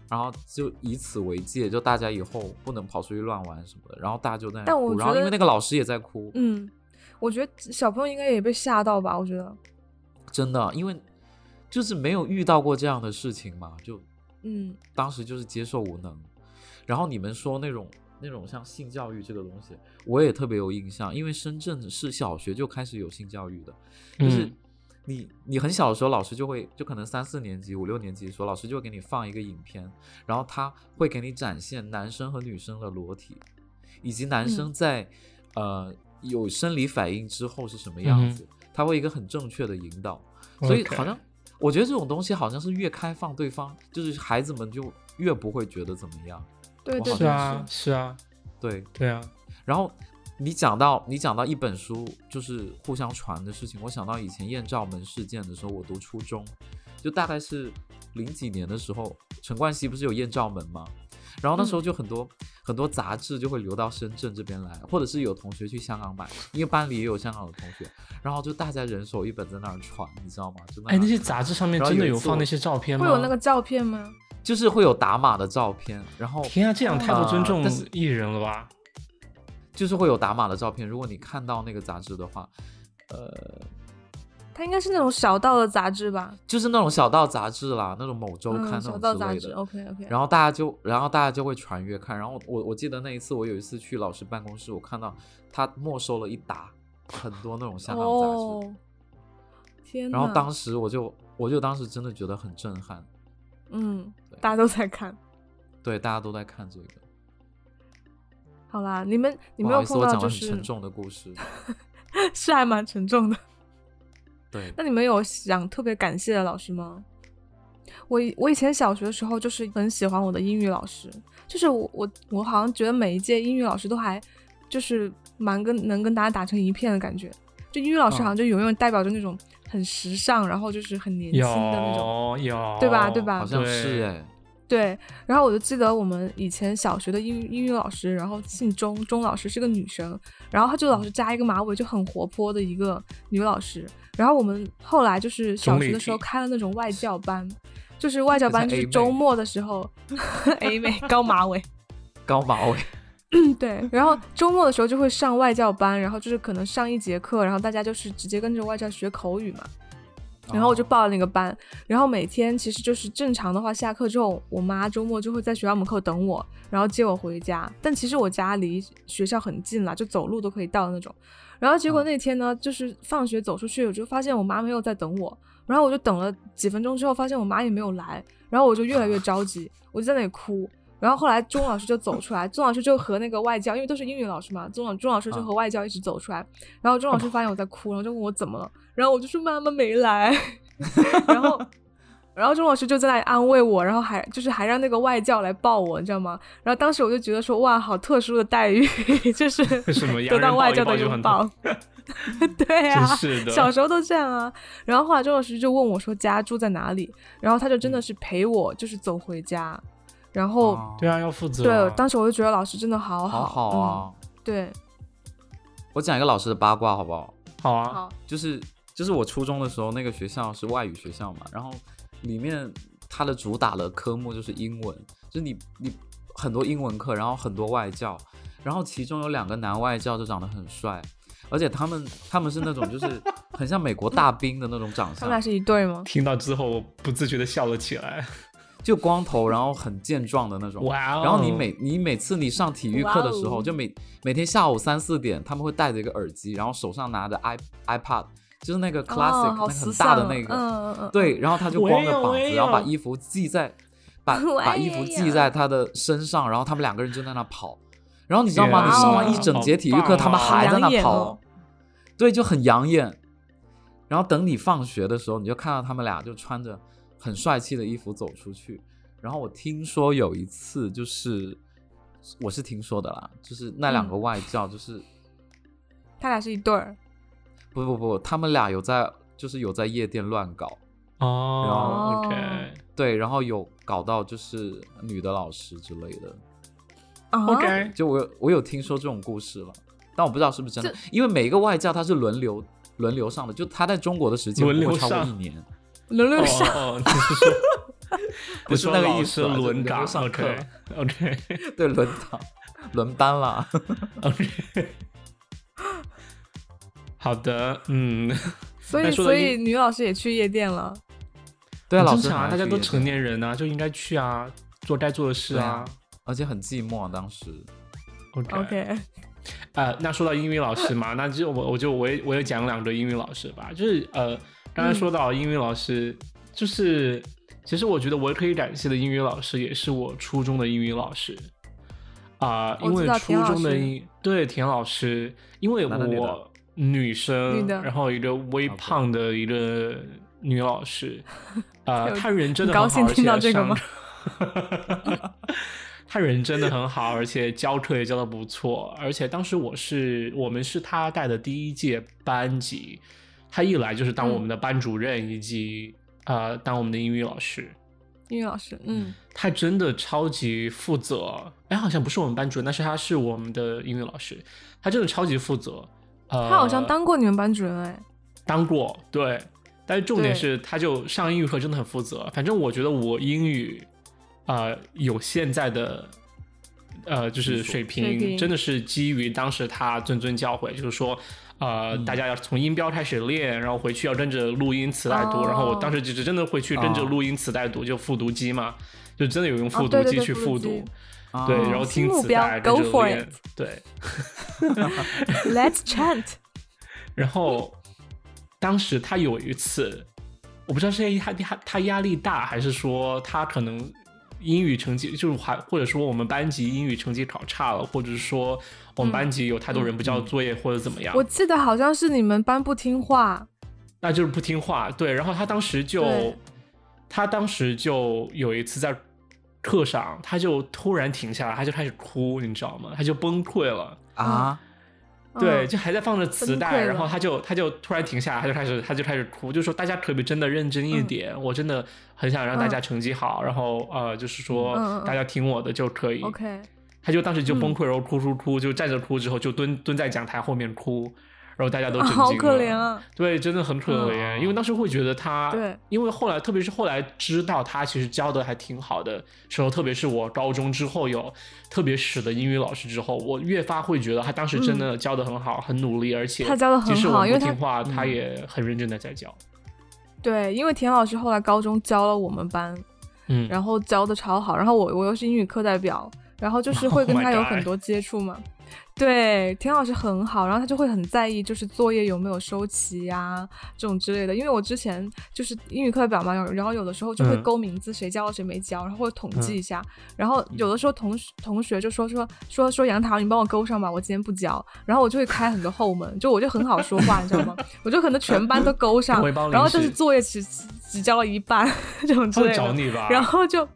然后就以此为戒，就大家以后不能跑出去乱玩什么的。然后大家就在那
但我
哭，
觉
然后因为
得
那个老师也在哭，
嗯，我觉得小朋友应该也被吓到吧？我觉得，
真的，啊因为就是没有遇到过这样的事情嘛，就
嗯，
当时就是接受无能。然后你们说那种那种像性教育这个东西，我也特别有印象，因为深圳是小学就开始有性教育的，就是
嗯
你你很小的时候，老师就会就可能三四年级、五六年级的时候，老师就会给你放一个影片，然后他会给你展现男生和女生的裸体，以及
嗯
男生在、呃有生理反应之后是什么
嗯
样子，他会一个很正确的引导，所以
OK
好像。我觉得这种东西好像是越开放，对方就是孩子们就越不会觉得怎么样。
对
我
对
好
是
对
像，
啊是啊
对，
对啊，
然后你讲到你讲到一本书就是互相传的事情，我想到以前艳照门事件的时候，我读初中，就大概是零几年的时候，陈冠希不是有艳照门吗？然后那时
嗯
候就很多、很多杂志就会流到深圳这边来，或者是有同学去香港买，因为班里也有香港的同学，然后就大家人手一本在那儿传，你知道吗？就那
哎，那
儿
些杂志上面
然后
真的
有一
有
次
放
我
那些照片吗？
会有那个照片吗？
就是会有打码的照片，然后
啊天啊，这样太不尊
呃
重
但是
艺人了吧？
就是会有打码的照片。如果你看到那个杂志的话，呃，
它应该是那种小道的杂志吧？
就是那种小道杂志啦，那种某周刊
嗯，
那
小
种
道
之
杂
类
志
的。
，OK OK。
然后大家就，然后大家就会传阅看。然后我我记得那一次，我有一次去老师办公室，我看到他没收了一沓很多那种香港杂志，
哦，天哪！
然后当时我就我就当时真的觉得很震撼，
嗯，
对
大家都在看。
对，大家都在看这个。
好啦，你们你没
不好
有
意思，
碰
我
到
讲
就
了很
是
沉重的故事。
是还蛮沉重的。
对，
那你们有想特别感谢的老师吗？我以我以前小学的时候就是很喜欢我的英语老师，就是我我我好像觉得每一届英语老师都还就是蛮跟能跟大家打成一片的感觉，就英语老师好像就永远代表着那种很时尚，然后就是很年轻的那种。
有有，
对吧对吧
好像是
对
哎，
对，然后我就记得我们以前小学的英语英语老师，然后姓钟，钟老师是个女生，然后她就老是扎一个马尾，就很活泼的一个女老师。然后我们后来就是小
钟
学
丽
的时候
缇
开了那种外教班，就是外教班就
就是 A 妹
周末的时候 ，A 妹高马尾，
高马尾。
对， 然后周末的时候就会上外教班，然后就是可能上一节课，然后大家就是直接跟着外教学口语嘛。然后我就报了那个班，然后每天其实就是正常的话，下课之后，我妈周末就会在学校门口等我，然后接我回家。但其实我家离学校很近啦，就走路都可以到的那种。然后结果那天呢，就是放学走出去，我就发现我妈没有在等我，然后我就等了几分钟之后，发现我妈也没有来，然后我就越来越着急，我就在那里哭。然后后来钟老师就走出来，钟老师就和那个外教，因为都是英语老师嘛，钟老钟老师
嗯
就和外教一直走出来，然后钟老
哦
师发现我在哭，然后就问我怎么了，然后我就说妈妈没 来，然后。然后钟老师就在那里安慰我，然后还就是还让那个外教来抱我，你知道吗？然后当时我就觉得说，哇，好特殊的待遇， 就是
什么洋
得
人
到
抱
外
一
教
抱
的
就
拥
很
抱。 对啊，
真是的，
小时候都这样啊。然后后来钟老师就问我说家住在哪里，然后他就真
嗯
的是陪我就是走回家，然后、
哦
对啊，要负责啊、
对，当时我就觉得老师真的好
好好啊！
嗯，对，
我讲一个老师的八卦好不好？
好啊，
好，
就是就是我初中的时候，那个学校是外语学校嘛，然后里面它的主打的科目就是英文，就是你你很多英文课，然后很多外教，然后其中有两个男外教就长得很帅，而且他们他们是那种就是很像美国大兵的那种长
他们俩
相，
是一对吗？
听到之后我不自觉的笑了起来。
就光头，然后很健壮的那种。
哇、哦！
然后你每你每次你上体育课的时
哇
候，
哦
就每每天下午三四点，他们会戴着一个耳机，然后手上拿着 i iPad，就是那个 classic、
哦、
那
好
个
时
很
尚
大
啊，
的那个，
嗯嗯嗯，
对，然后他就
我也
光着
有
膀
我也
子，然后把
有
衣服系在 把
我
把衣服
也
系
有
在他的身上，然后他们两个人就在那跑，然后你知道吗？
天
你上完
啊
一整
好
节体育
棒
课，他们
哦
还在
养
那
眼
跑，
哦
对，就很养眼。然后等你放学的时候，你就看到他们俩就穿着很帅气的衣服走出去。然后我听说有一次，就是我是听说的啦，就是那两
嗯
个外教，就是、
他俩是一对儿，
不不不，他们俩有在就是有在夜店乱搞，
哦
哦
，OK
对，然后有搞到就是女的老师之类的，
啊
OK，
就我有我有听说这种故事了，但我不知道是不是真的，因为每一个外教他是轮流轮流上的，就他在中国的时间
轮
不
流
会超过
上
一年，
轮流上，
哦，哦你是说 你
不是
说
那个
老
意
师
思啊就
轮
轮流
岗
上课
？OK OK
对，轮档轮班啦。
OK，好的，嗯，
所
那
以
说到
所
英
以女老师也去夜店了，
对啊，
很
老
正
师
常啊，
还
大家
去
都
夜
成
店，
年人啊，就应该去啊，做该做的事
对
啊
啊。而且很寂寞啊当时。啊
OK
OK，
呃，那说到英语老师嘛，那就我我就我也我也讲两个英语老师吧，就是呃，刚
嗯
才说到英语老师，就是其实我觉得我可以感谢的英语老师也是我初中的英语老师啊、
我
因
知
为
道
初
田老
中的
师
英对田老师，因为
男的女的
我女生，
女的
然后一个微
好的
胖的一个女老师，啊、
有
她人真
你
的
高
很好
兴
而
听
且
到这个
上
吗
他人真的很好，而且教课也教的不错，而且当时我是我们是他带的第一届班级，他一来就是当
嗯
我们的班主任以及、呃当我们的英语老师，
英语老师，嗯，
他真的超级负责，哎，好像不是我们班主任，但是他是我们的英语老师，他真的超级负责，呃，
他好像当过你们班主任 哎，
当过，对。但是重点
对
是，他就上英语课真的很负责。反正我觉得我英语，呃，有现在的呃，就是
水
水平
平
真的是基于当时他谆谆教诲，就是说，呃，
嗯
大家要从音标开始练，然后回去要跟着录音词来读。然后我
哦
当时就是真的会去跟着录音词来读，就复读机嘛，就真的有用复
哦对
读
对
机
对
去
复
复
读机
读，
啊
对，
哦
然后
新
听
目
磁
标
带跟
，go
着
for
练
it，
对，
Let's chant，
然后当时他有一次，我不知道是他他他压力大，还是说他可能英语成绩就是还或者说我们班级英语成绩考差了，或者是说我们班级有太多人不交作业、或者怎么样
嗯我，记得好像是你们班不听话，
那就是不听话。对，然后他当时就
对
他当时就有一次在。课上，他就突然停下来，他就开始哭，你知道吗？他就崩溃了。
啊，
对，
嗯
就还在放着磁
崩
带，
溃了
然后他就他就突然停下来，他就开始他就开始哭，就说大家可不可以真的认真
嗯
一点？我真的很想让大家成绩好，然后呃，就是说、
嗯嗯嗯
大家听我的就可以。
嗯，OK，
他就当时就崩
嗯
溃，然后哭哭哭，就站着哭，之后就蹲蹲在讲台后面哭，然后大家都
啊
震惊了。
好可怜啊，
对，真的很可怜，
嗯
因为当时会觉得他，
对，
因为后来，特别是后来知道他其实教的还挺好的时候，特别是我高中之后有特别屎的英语老师之后，我越发会觉得他当时真的教的很好，很努力，而且
嗯他教得
即
很
使我
好，因
不
为他
听话，他
嗯
也很认真的在教。
对，因为田老师后来高中教了我们班，
嗯，
然后教的超好，然后我我又是英语课代表，然后就是会跟
Oh my
他有
God
很多接触嘛。对，田老师很好，然后他就会很在意，就是作业有没有收齐呀、这种之类的。因为我之前就是英语课代表嘛，然后有的时候就会
嗯
勾名字，谁交了谁没交，然后会统计一下。然后有的时候同学同学就说说说说杨桃，你帮我勾上吧，我今天不交。然后我就会开很多后门，就我就很好说话，你知道吗？ 我就可能全班都勾上
我会帮，你
然后但
是
是作业只只只交了一半 这种之
他
类
会
的。
找你吧？
然后就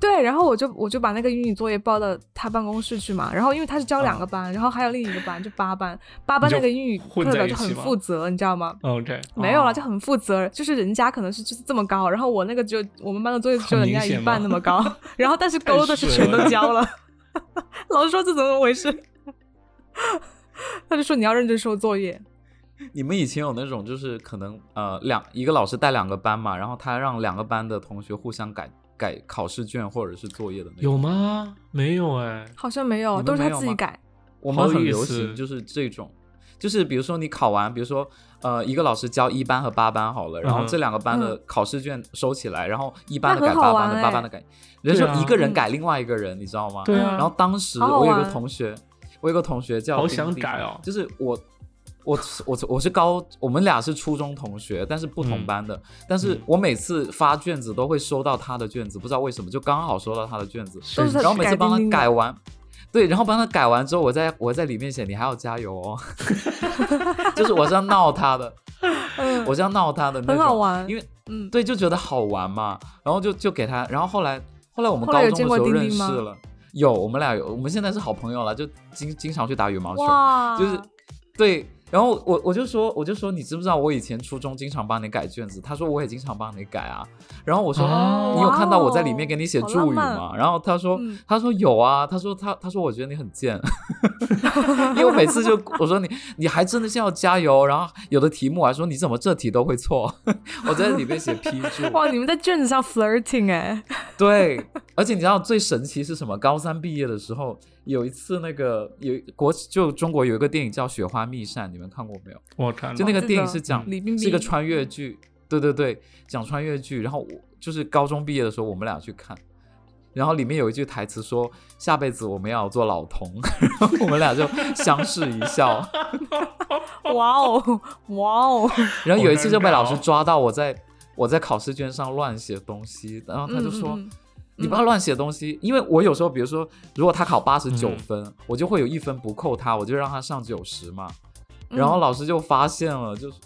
对，然后我就我就把那个英语作业报到他办公室去嘛。然后因为他是教两个班，然后还有另一个班就八班，八班
嗯你就
那个英语课
混在
代表
一
就
起
很
吗
负责，你知道吗？
OK，
没有
哦
了，就很负责，就是人家可能是就是这么高，然后我那个就我们班的作业只有
很
人家
明
一
显
半
吗
那么 高，然后但是
太
勾的是
水
全都
了
交了。 老师说这怎么回事？ 他就说你要认真收作业，
你们以前有那种就是可能呃两一个老师带两个班嘛，然后他让两个班的同学互相改改考试卷或者是作业的那种。
有吗？没有哎，
好像没有，
你
都
们
是
没
他
有
自己
吗
改。
我
好
们很
有意
流
思
行就是这种，就是比如说你考完，比如说呃一个老师教一班和八班好了，然后
嗯
这两个班的
嗯
考试卷收起来，然后一班的
那很
改八
好
班
玩
的，
哎
八班的改，人
对
家
啊
说一个人改另外一个人，你知道吗？
对啊
嗯
然后当时
好好
我有个
玩
同学，我有个同学叫
好
丁
想
丁
改哦
就是我。我我我是高，我们俩是初中同学，但是不同
嗯
班的。但是
嗯
我每次发卷子都会收到他的卷子，不知道为什么，就刚好收到他的卷子。
都是他
然后每
改
次帮
钉钉
他
的
改完，对，然后帮他改完之后，我在我在里面写你还要加油 哦，就是我是要闹他的，
嗯，
我是要闹他的那
很
种，
好玩
因为
嗯，
对就觉得好玩嘛，然后就就给他，然后后来后来我们
后来
高
有
中的
见
时
过
候
钉钉
认识
吗
了，有我们俩有，我们现在是好朋友了，就经经常去打羽毛球，
哇，
就是对。然后我我就说我就说你知不知道我以前初中经常帮你改卷子？他说我也经常帮你改啊。然后我说、
哦
你有看到我在里面给你写
哇哦
注语
好浪
吗？然后他说、
嗯
他说有啊，他说他他说我觉得你很贱， 因为我每次就我说你你还真的是要加油。然后有的题目我还说你怎么这题都会错， 我在里面写批注。
哇，你们在卷子上 flirting 哎、
对，而且你知道最神奇是什么？高三毕业的时候，有一次那个有国就中国有一个电影叫《雪花秘扇》，你们看过没有？
我看
就那
到
个
知
电
道
影是讲
哦李冰冰嗯
是一个穿越剧，对对对，讲穿越剧。然后我就是高中毕业的时候，我们俩去看，然后里面有一句台词说：“下辈子我们要做老童。” 然后我们俩就相视一 笑。
哇哦，哇哦，
然后有一次就被
好
老师
尴尬哦
抓到我在我在考试卷上乱写东西，然后 他就说。
嗯嗯嗯
你不要乱写东西，因为我有时候，比如说，如果他考八十九
嗯
分，我就会有一分不扣他，我就让他上九十嘛。
嗯
然后老师就发现了，就是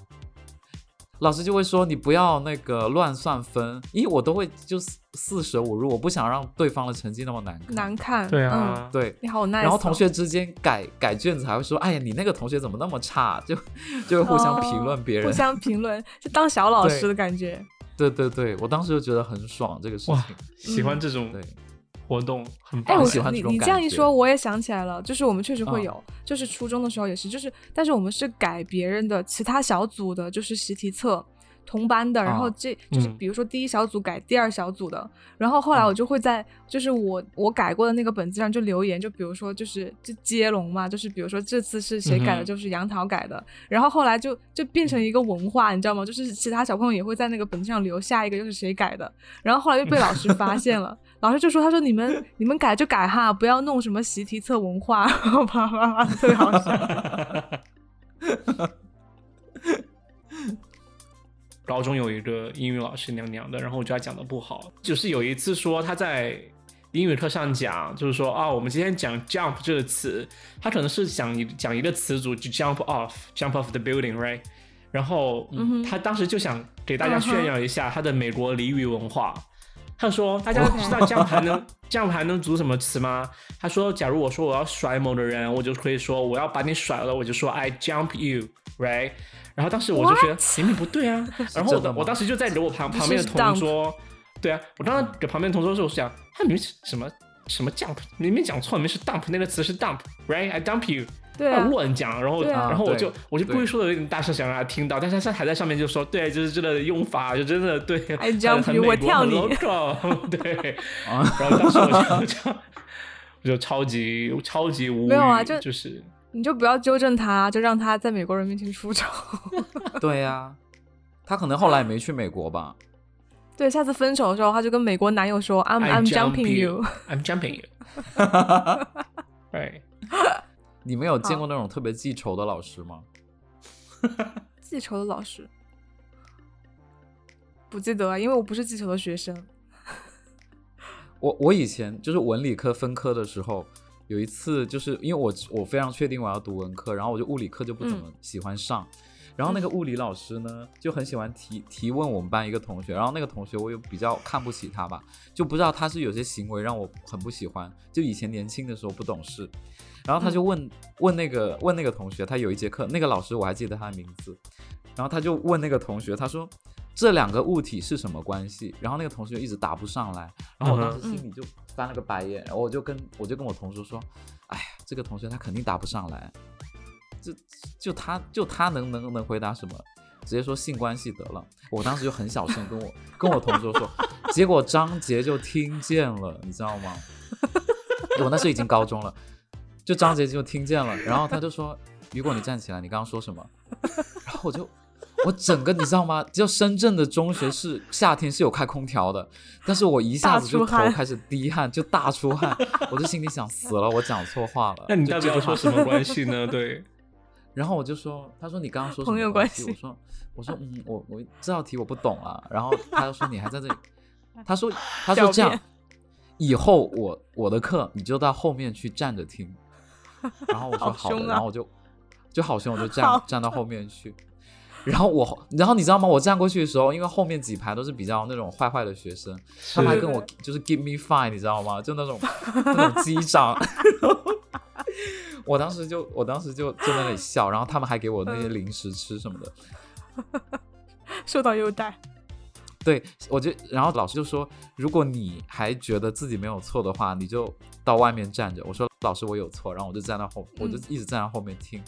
老师就会说你不要那个乱算分，因为我都会就四四舍五入，我不想让对方的成绩那么难看。
难看，
对
嗯，
啊，
对，
你好 nice，、
然后同，学之间改改卷子还会说，哎呀，你那个同学怎么那么差， 就就会互相评论别人。
哦互相评论，就当小老
对
师的感觉，
对对对，我当时就觉得很爽这个事
哇
情。
喜欢这种
对，
活动，很
嗯哎，
棒
我
很喜欢
你
这种
你
感
这样一
觉
说，我也想起来了，就是我们确实会
嗯
有，就是初中的时候也是，就是但是我们是改别人的其他小组的，就是习题册。同班的，然后
啊
这就是
嗯
比如说第一小组改第二小组的，然后后来我就会在就是我我改过的那个本子上就留言，就比如说就是就接龙嘛，就是比如说这次是谁改的，
嗯哼
就是杨桃改的，然后后来就就变成一个文化，你知道吗？就是其他小朋友也会在那个本子上留下一个就是谁改的，然后后来又被老师发现 了，老师就说：“他说你们你们改就改哈，不要弄什么习题册文化，啪啪 啪，特别好笑。
高中有一个英语老师娘娘的，然后我觉得他讲的不好，就是有一次说他在英语课上讲，就是说啊，我们今天讲 jump 这个词，他可能是讲一讲一个词组，就 jump off，jump off the building，right？然后、
嗯哼
他当时就想给大家
嗯哼
炫耀一下他的美国俚语文化。他说：“大家
OK
知道 jump 还能 jump 还能组什么词吗？”他说：“假如我说我要甩某个人，我就可以说我要把你甩了，我就说 I jump you，right？” 然后当时我就觉得明明不 对啊，然后我
真的
的
吗
我当时就在我旁
不是
旁边的
是 dump
同桌，对啊，我当时给旁边的同桌说，我是讲他明明是什么什么 jump，明明讲错，明明是 dump，那个词是 dump，right？I dump you，
对
他
啊，
乱讲，然后、
对啊
然后我
对
就我就故意说的有点大声，想让他听到，但是他现在还在上面就说，对，就是这个用法，就真的对
I
很
jump
很
you，
美
我
国
跳
很
你
local，对，
啊
然后当时我 就就我就超级超级无语，
没有啊就
就是
你就不要纠正他，啊就让他在美国人面前出丑。
对呀、他可能后来也没去美国吧？
对，下次分手的时候，他就跟美国男友说：“I'm
I
I'm
jump
jumping you。
you，I'm jumping you，right。
你们有见过那种特别记仇的老师吗？”
记仇的老师不记得啊，因为我不是记仇的学生。
我我以前就是文理科分科的时候，有一次就是因为我我非常确定我要读文科，然后我就物理课就不怎么喜欢上。然后那个物理老师呢，就很喜欢提提问我们班一个同学，然后那个同学我又比较看不起他吧，就不知道他是有些行为让我很不喜欢，就以前年轻的时候不懂事，然后他就问、问那个问那个同学，他有一节课，那个老师我还记得他的名字，然后他就问那个同学，他说这两个物体是什么关系？然后那个同学一直答不上来，
嗯
然后我当时心里就翻了个白眼，然后我就跟我就跟我同桌说，哎呀，这个同学他肯定答不上来，就就他就他能能能回答什么？直接说性关系得了，我当时就很小声跟我跟我同桌说， 结果张杰就听见了，你知道吗？我那时候已经高中了，就张杰就听见了，然后他就说：“雨果，你站起来，你刚刚说什么？”然后我就我整个你知道吗？就深圳的中学是夏天是有开空调的，但是我一下子就
大出
头
汗
开始滴汗，就大出汗， 我就心里想死了，我讲错话了。
那你
就
到底
这
要
句话
说什么关系 呢？对，
然后我就说，他说你刚刚说什
朋
么
友
关
关
系？
系
我说，我说，嗯，我我这道题我不懂啊。然后他就说你还在这 里，他说他说
狡
这样
辩，
以后我我的课你就到后面去站着听。然后我说
好
好的，
凶啊
然后我就就好凶，我就站
好
站到后面去。然后我，然后你知道吗？我站过去的时候，因为后面几排都是比较那种坏坏的学生，他们还跟我就是 give me five，你知道吗？就那种那种击掌。我当时就我当时就就在那里笑，然后他们还给我那些零食吃什么的。
受到优待，
对，我就然后老师就说，如果你还觉得自己没有错的话，你就到外面站着。我说老师我有错，然后我就站到后，我就
嗯
一直站到后面听。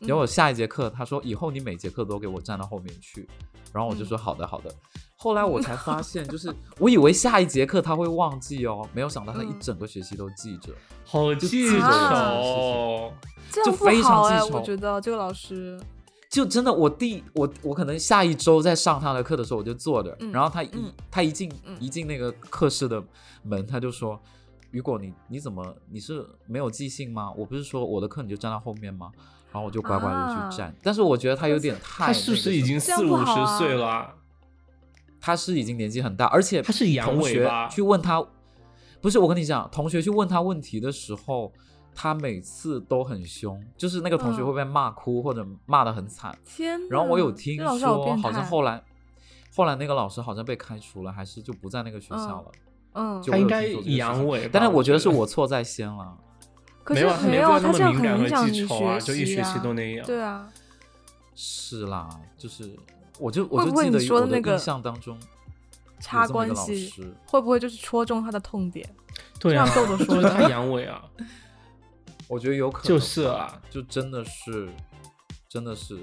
结果下一节课他说以后你每节课都给我站到后面去，然后我就
嗯
说好的好的。后来我才发现，就是我以为下一节课他会忘记哦，没有想到他一
嗯
整个学期都记着。
好记
就
仇
自责
哦，
这
就
样不
非常
好
记
哎、
仇
我觉得这个老师，
就真的我第我我可能下一周在上他的课的时候我就坐着，
嗯
然后他一、
嗯
他一进、
嗯
一进那个课室的门，他就说：“雨果，你你怎么你是没有记性吗？我不是说我的课你就站到后面吗？”然后我就乖乖的
啊
去站，但是我觉得他有点太
他是不是已经
那
这
个什么
样
四
不
五
好啊
十岁了啊？
他是已经年纪很大，而且
他是阳
同
痿
学
吧？
去问他，不是我跟你讲，同学去问他问题的时候，他每次都很凶，就是那个同学
嗯
会被骂哭或者骂的很惨。
天哪！
然后我有听
嗯这老师好
说，
变
好像
态啊
后来，后来那个老师好像被开除了，还是就不在那个学校了。
嗯，
就
他
我
应
有
该
听说这个事
阳
情
痿吧
但是
我
我觉得
觉
是
得
我错在先了。
可
没
是
有啊，他没
有啊，
必
他
要
这
那么
样
敏
很影
感
响
和
你
记
学
仇
习
啊，就一学期都那样。
对啊，
是啦，就是我就我
会
就
不会
记
你
得
说
我
的那
的
个
印象当中，
插
这么
关
一个
系
老师
会不会就是戳中他的痛点？
对啊，
就像豆豆说
就是
的
他阳痿啊，
我觉得有可能
就是
吧
啊
就真的是，真的是。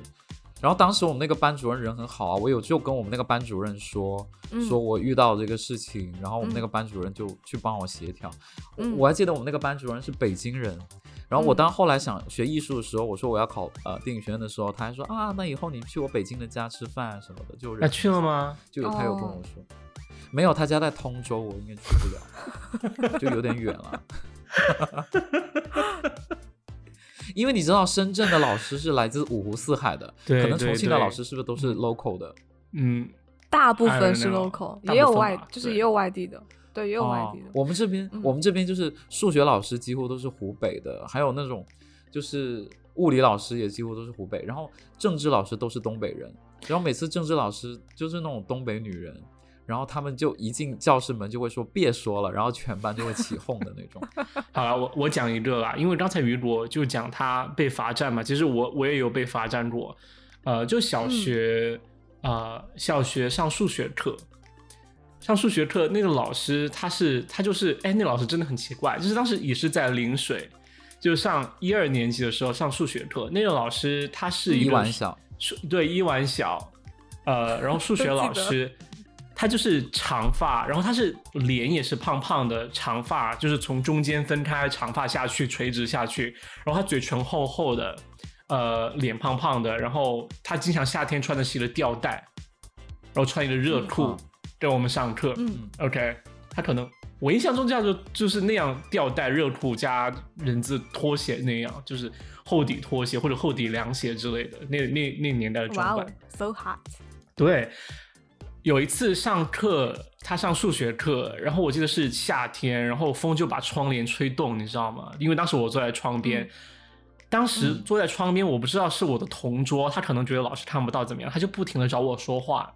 然后当时我们那个班主任人很好啊，我有就跟我们那个班主任说，
嗯
说我遇到这个事情，然后我们那
嗯
个班主任就去帮我协调。我
嗯
我还记得我们那个班主任是北京人，然后我
嗯
当后来想学艺术的时候，我说我要考呃电影学院的时候，他还说啊，那以后你去我北京的家吃饭啊什么的，就
那
人
去了吗？
就有他有跟
哦
我说，没有他家在通州，我应该去不了，就有点远了。 因为你知道，深圳的老师是来自五湖四海的，
对
可能
对
重庆的
对
老师是不是都是 local 的？
嗯，
大部分
I
是
don't know，
local，
大
也有
部分
外
吧，
就是
对
也有外地的，对，也有外地
哦
的。
我们这边、
嗯
我们这边就是数学老师几乎都是湖北的，还有那种就是物理老师也几乎都是湖北，然后政治老师都是东北人，然后每次政治老师就是那种东北女人。然后他们就一进教室门就会说别说了，然后全班就会起哄 的那种。
好了，我我讲一个啊啦，因为刚才雨果就讲他被罚站嘛，其实我我也有被罚站过，呃，就小学、呃小学上数学课，上数学课那个老师他是他就是哎，那老师真的很奇怪，就是当时也是在陵水，就上一二年级的时候上数学课，那个老师他是一
一
个
晚小，
数对伊婉小，呃，然后数学
记
老
得
师，他就是长发，然后他是脸也是胖胖的，长发就是从中间分开，长发下去垂直下去，然后他嘴唇厚厚的，呃，脸胖胖的，然后他经常夏天穿的是一个吊带，然后穿一个热
嗯
裤
哦
给我们上课，
嗯
OK，他可能我印象中叫做就是那样吊带热裤加人字拖鞋那样，就是厚底拖鞋或者厚底凉鞋之类的，那那那年代的
哇
装
哦
扮。
，so hot，
对，有一次上课，他上数学课，然后我记得是夏天，然后风就把窗帘吹动，你知道吗？因为当时我坐在窗边。
嗯
当时坐在窗边，我不知道是我的同桌，他可能觉得老师看不到怎么样，他就不停的找我说话，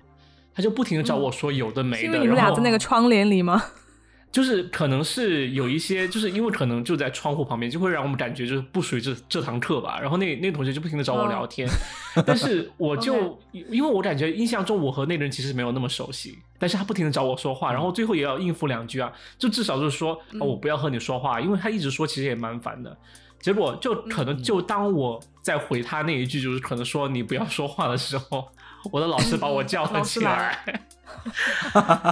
他就不停的找我说有的没
嗯是因
的。
为你们
然
俩
后
在那个窗帘里吗？
就是可能是有一些，就是因为可能就在窗户旁边，就会让我们感觉就是不属于这这堂课吧。然后那那同学就不停的找我聊天，但是我就
嗯 OK
因为我感觉印象中我和那个人其实没有那么熟悉，但是他不停的找我说话，然后最后也要应付两句啊，就至少就是说、
嗯
啊我不要和你说话，因为他一直说其实也蛮烦的。结果就
嗯
可能就当我在回他那一句，就是可能说你不要说话的时候，我的老师把我叫了
老师啊
起
来
来。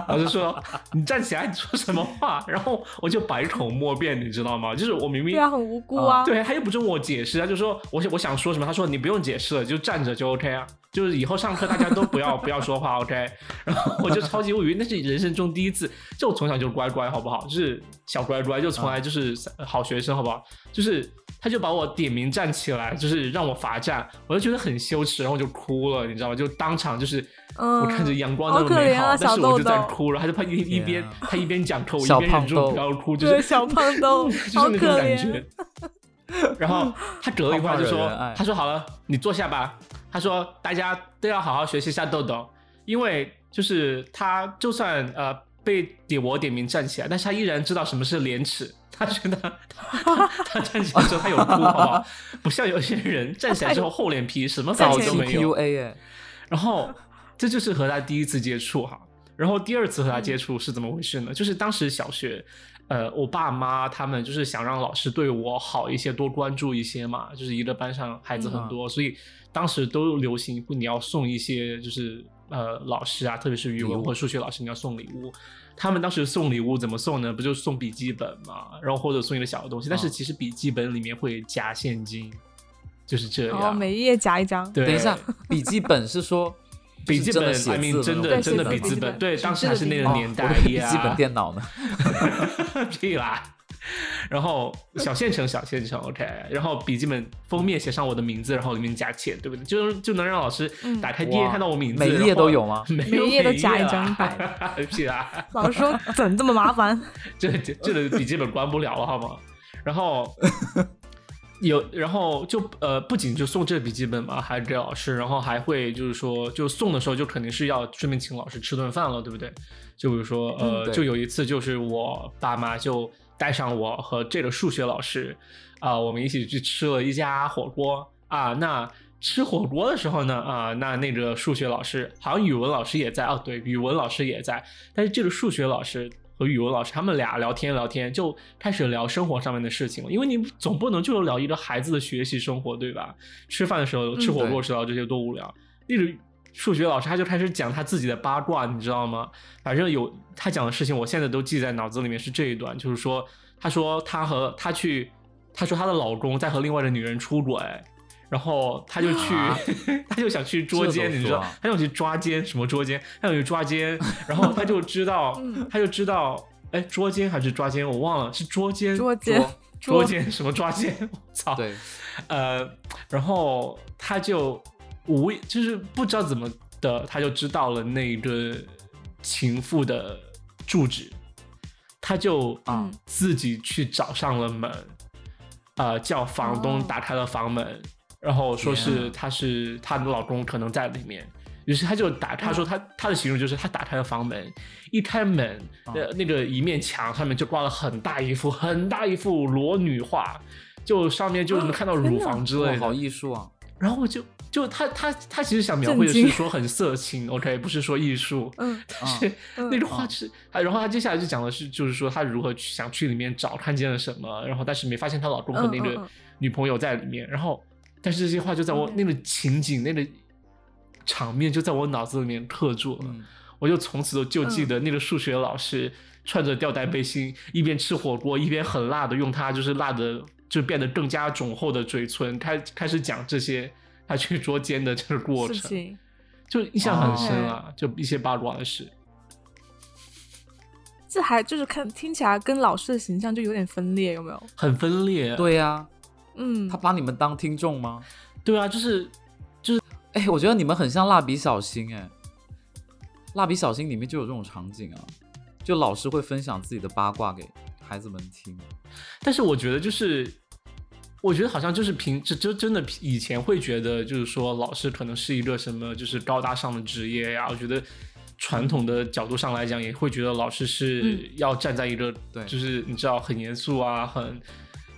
老师说：“你站起来，你说什么话？”然后我就百口莫辩，你知道吗？就是我明明
对啊，很无辜啊。
对他又不跟我解释，他就说我想我想说什么，他说你不用解释了，就站着就 OK 啊，就是以后上课大家都不要不要说话 OK。然 后我就超级无语，那是人生中第一次，就我从小就乖乖好不好？就是小乖乖，就从来就是
嗯
好学生好不好？就是他就把我点名站起来，就是让我罚站，我就觉得很羞耻，然后我就哭了，你知道吗？就当场就是。
嗯
我看着阳光
好
那么
可
美
怜啊
但
小
是我
豆
就在
豆
哭，然后他就怕一一边、
天啊
他一边讲课，我
小
一边忍
胖
住
豆
不要哭，就
对，
是
小 胖豆
就是
好
那种
可
感
怜
觉。。 然后他隔了一会儿就
好怕惹
说
人爱：“
他说好了，你坐下吧。”他说：“大家都要好好学习一下豆豆，因为就是他就算呃被点我点名站起来，但是他依然知道什么是廉耻。 他觉得他他他站起来之后他有哭， 好不好？不像有些人站起来之后厚脸皮，什么反
早
应都
期
没有。
PUA 哎，
然后这就是和他第一次接触哈。然后第二次和他
嗯
接触是怎么回事呢？就是当时小学，呃，我爸妈他们就是想让老师对我好一些，多关注一些嘛。就是一个班上孩子
嗯
很多，所以当时都流行你要送一些，就是呃老师啊，特别是语
礼
文
物
或者数学老师，你要送礼物。他们当时送礼物怎么送呢？不就送笔记本嘛，然后或者送一个小的东西。但是
嗯
其实笔记本里面会夹现金，就是这
然后
样。
每一页夹一张。
对，
哦等一下，笔记本是说
笔记本
是真
，I
的写
mean，
字
真
那
的
种哦
真的
对
笔
写字
记
本
本，对，
纸质
当时
的
还是
笔
那
记
个
本
年代
我的笔
呀
记 本电脑呢？
屁啦。然后小县城，小县城，OK。然后笔记本封面写上我的名字，然后里面加钱，对不对？就就能让老师
嗯
打开第一页
哇
看到我名字，
每一页
然后
都有 吗
没有
每一页都
每啊
加一
啦
张白
屁啦。
老师 说怎么这么麻烦？
这这这个笔记本关不了了，好吗？然 后有，然后就呃，不仅就送这笔记本嘛，还给老师，然后还会就是说，就送的时候就肯定是要顺便请老师吃顿饭了，对不对？就比如说
嗯
呃，
对
就有一次就是我爸妈就带上我和这个数学老师啊、我们一起去吃了一家火锅啊，那。吃火锅的时候呢，啊、那那个数学老师好像语文老师也在哦，对，语文老师也在，但是这个数学老师和语文老师他们俩聊天聊天，就开始聊生活上面的事情了，因为你总不能就聊一个孩子的学习生活，对吧？吃饭的时候
嗯
吃火锅时候这些多无聊。例如数学老师他就开始讲他自己的八卦，你知道吗？反正有他讲的事情，我现在都记在脑子里面是这一段，就是说他说他和他去，他说她的老公在和另外的女人出轨。然后他就去，
啊
他就想去捉奸，
这都
你知道
说啊，
他想去抓奸，什么捉奸？他想去 抓奸，然后他就知道
嗯，
他就知道，哎，捉奸还是抓奸，我忘了，是捉奸，
捉奸
捉
捉
奸什么抓奸？ 我操！
对，
呃，然后他就无意就是不知道怎么的，他就知道了那个情妇的住址，他就
啊
自己去找上了门，呃，叫房东
哦
打开了房门，然后说是
哦天啊
她是她的老公可能在里面。于是他就打，他说
嗯
他他的形容就是他打开了房门，一开门，
哦
呃，那个一面墙上面就挂了很大一幅很大一幅裸女画，就上面就能看到
天
乳
哪
房之
哇
类的。
啊好艺术啊！
然后我就就他他他其实想描绘的
震
是
惊
说很色情，OK，不是说艺 术，
哦
嗯
但是
嗯
那个画是，啊然后他接下来就讲的是，就是说他如何去想去里面找看见了什么，然后但是没发现她老公和
嗯
那
嗯
个
嗯
女朋友在里面，然后但是这些话就在我
OK
那个情景那个场面就在我脑子里面刻住了，
嗯，
我就从此就
嗯
记得那个数学老师穿着吊带背心，一边吃火锅一边很辣的用他就是辣的就变得更加肿厚的嘴唇开开始讲这些他去捉奸的这个过
事
程，
情，
就印象很深
哦
啊，就一些八卦的事。
这还就是看听起来跟老师的形象就有点分裂，有没有？
很分裂，
对呀，
嗯，
他把你们当听众吗？
对啊，就是
哎，我觉得你们很像蜡笔小新哎，蜡笔小新里面就有这种场景啊，就老师会分享自己的八卦给孩子们听。
但是我觉得就是，我觉得好像就是平，就就真的以前会觉得就是说老师可能是一个什么就是高大上的职业呀、我觉得传统的角度上来讲，也会觉得老师是
嗯
要站在一个、
对
就是你知道很严肃啊，很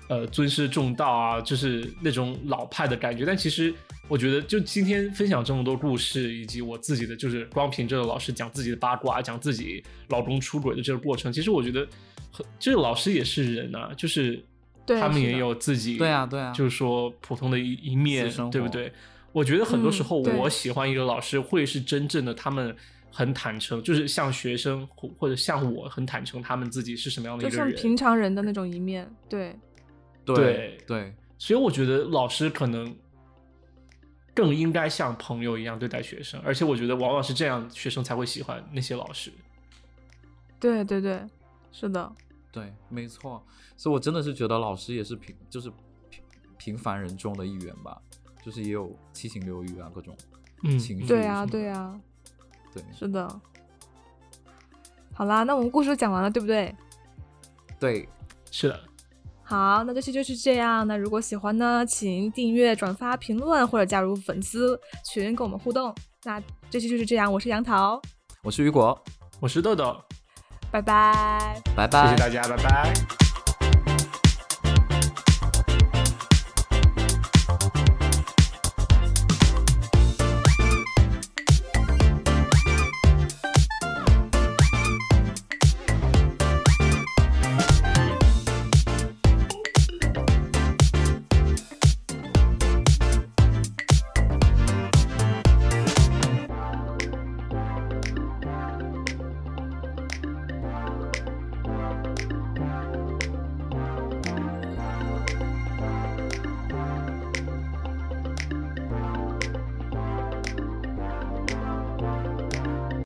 呃尊师重道啊，就是那种老派的感觉。但其实我觉得，就今天分享这么多故事，以及我自己的，就是光凭这个老师讲自己的八卦，讲自己老公出轨的这个过程，其实我觉得很，这个老师也是人啊，就是
对
他们
是
也
的
有自己
对啊，对啊，
就是说普通的一一面
私生，活
对不对？我觉得很多时候，
嗯对
我喜欢一个老师，会是真正的他们很坦诚，就是像学生或或者像我很坦诚，他们自己是什么样的
就
一个
像
人
平。常人的那种一面，对，
对
对
对，
所以我觉得老师可能更应该像朋友一样对待学生，而且我觉得往往是这样，学生才会喜欢那些老师。
对对对，是的，
对，没错。所以我真的是觉得老师也是平，就是平平凡人中的一员吧，就是也有七情六欲啊，各种
嗯，
情绪
对
什
啊，
么的
对啊，
对
是的。好啦，那我们故事讲完了，对不对？
对，
是的，
好，那这期就是这样。那如果喜欢呢，请订阅、转发、评论或者加入粉丝群跟我们互动。那这期就是这样，我是杨桃，
我是雨果，
我是豆豆，
拜拜。
拜
谢
拜
谢。大家，拜拜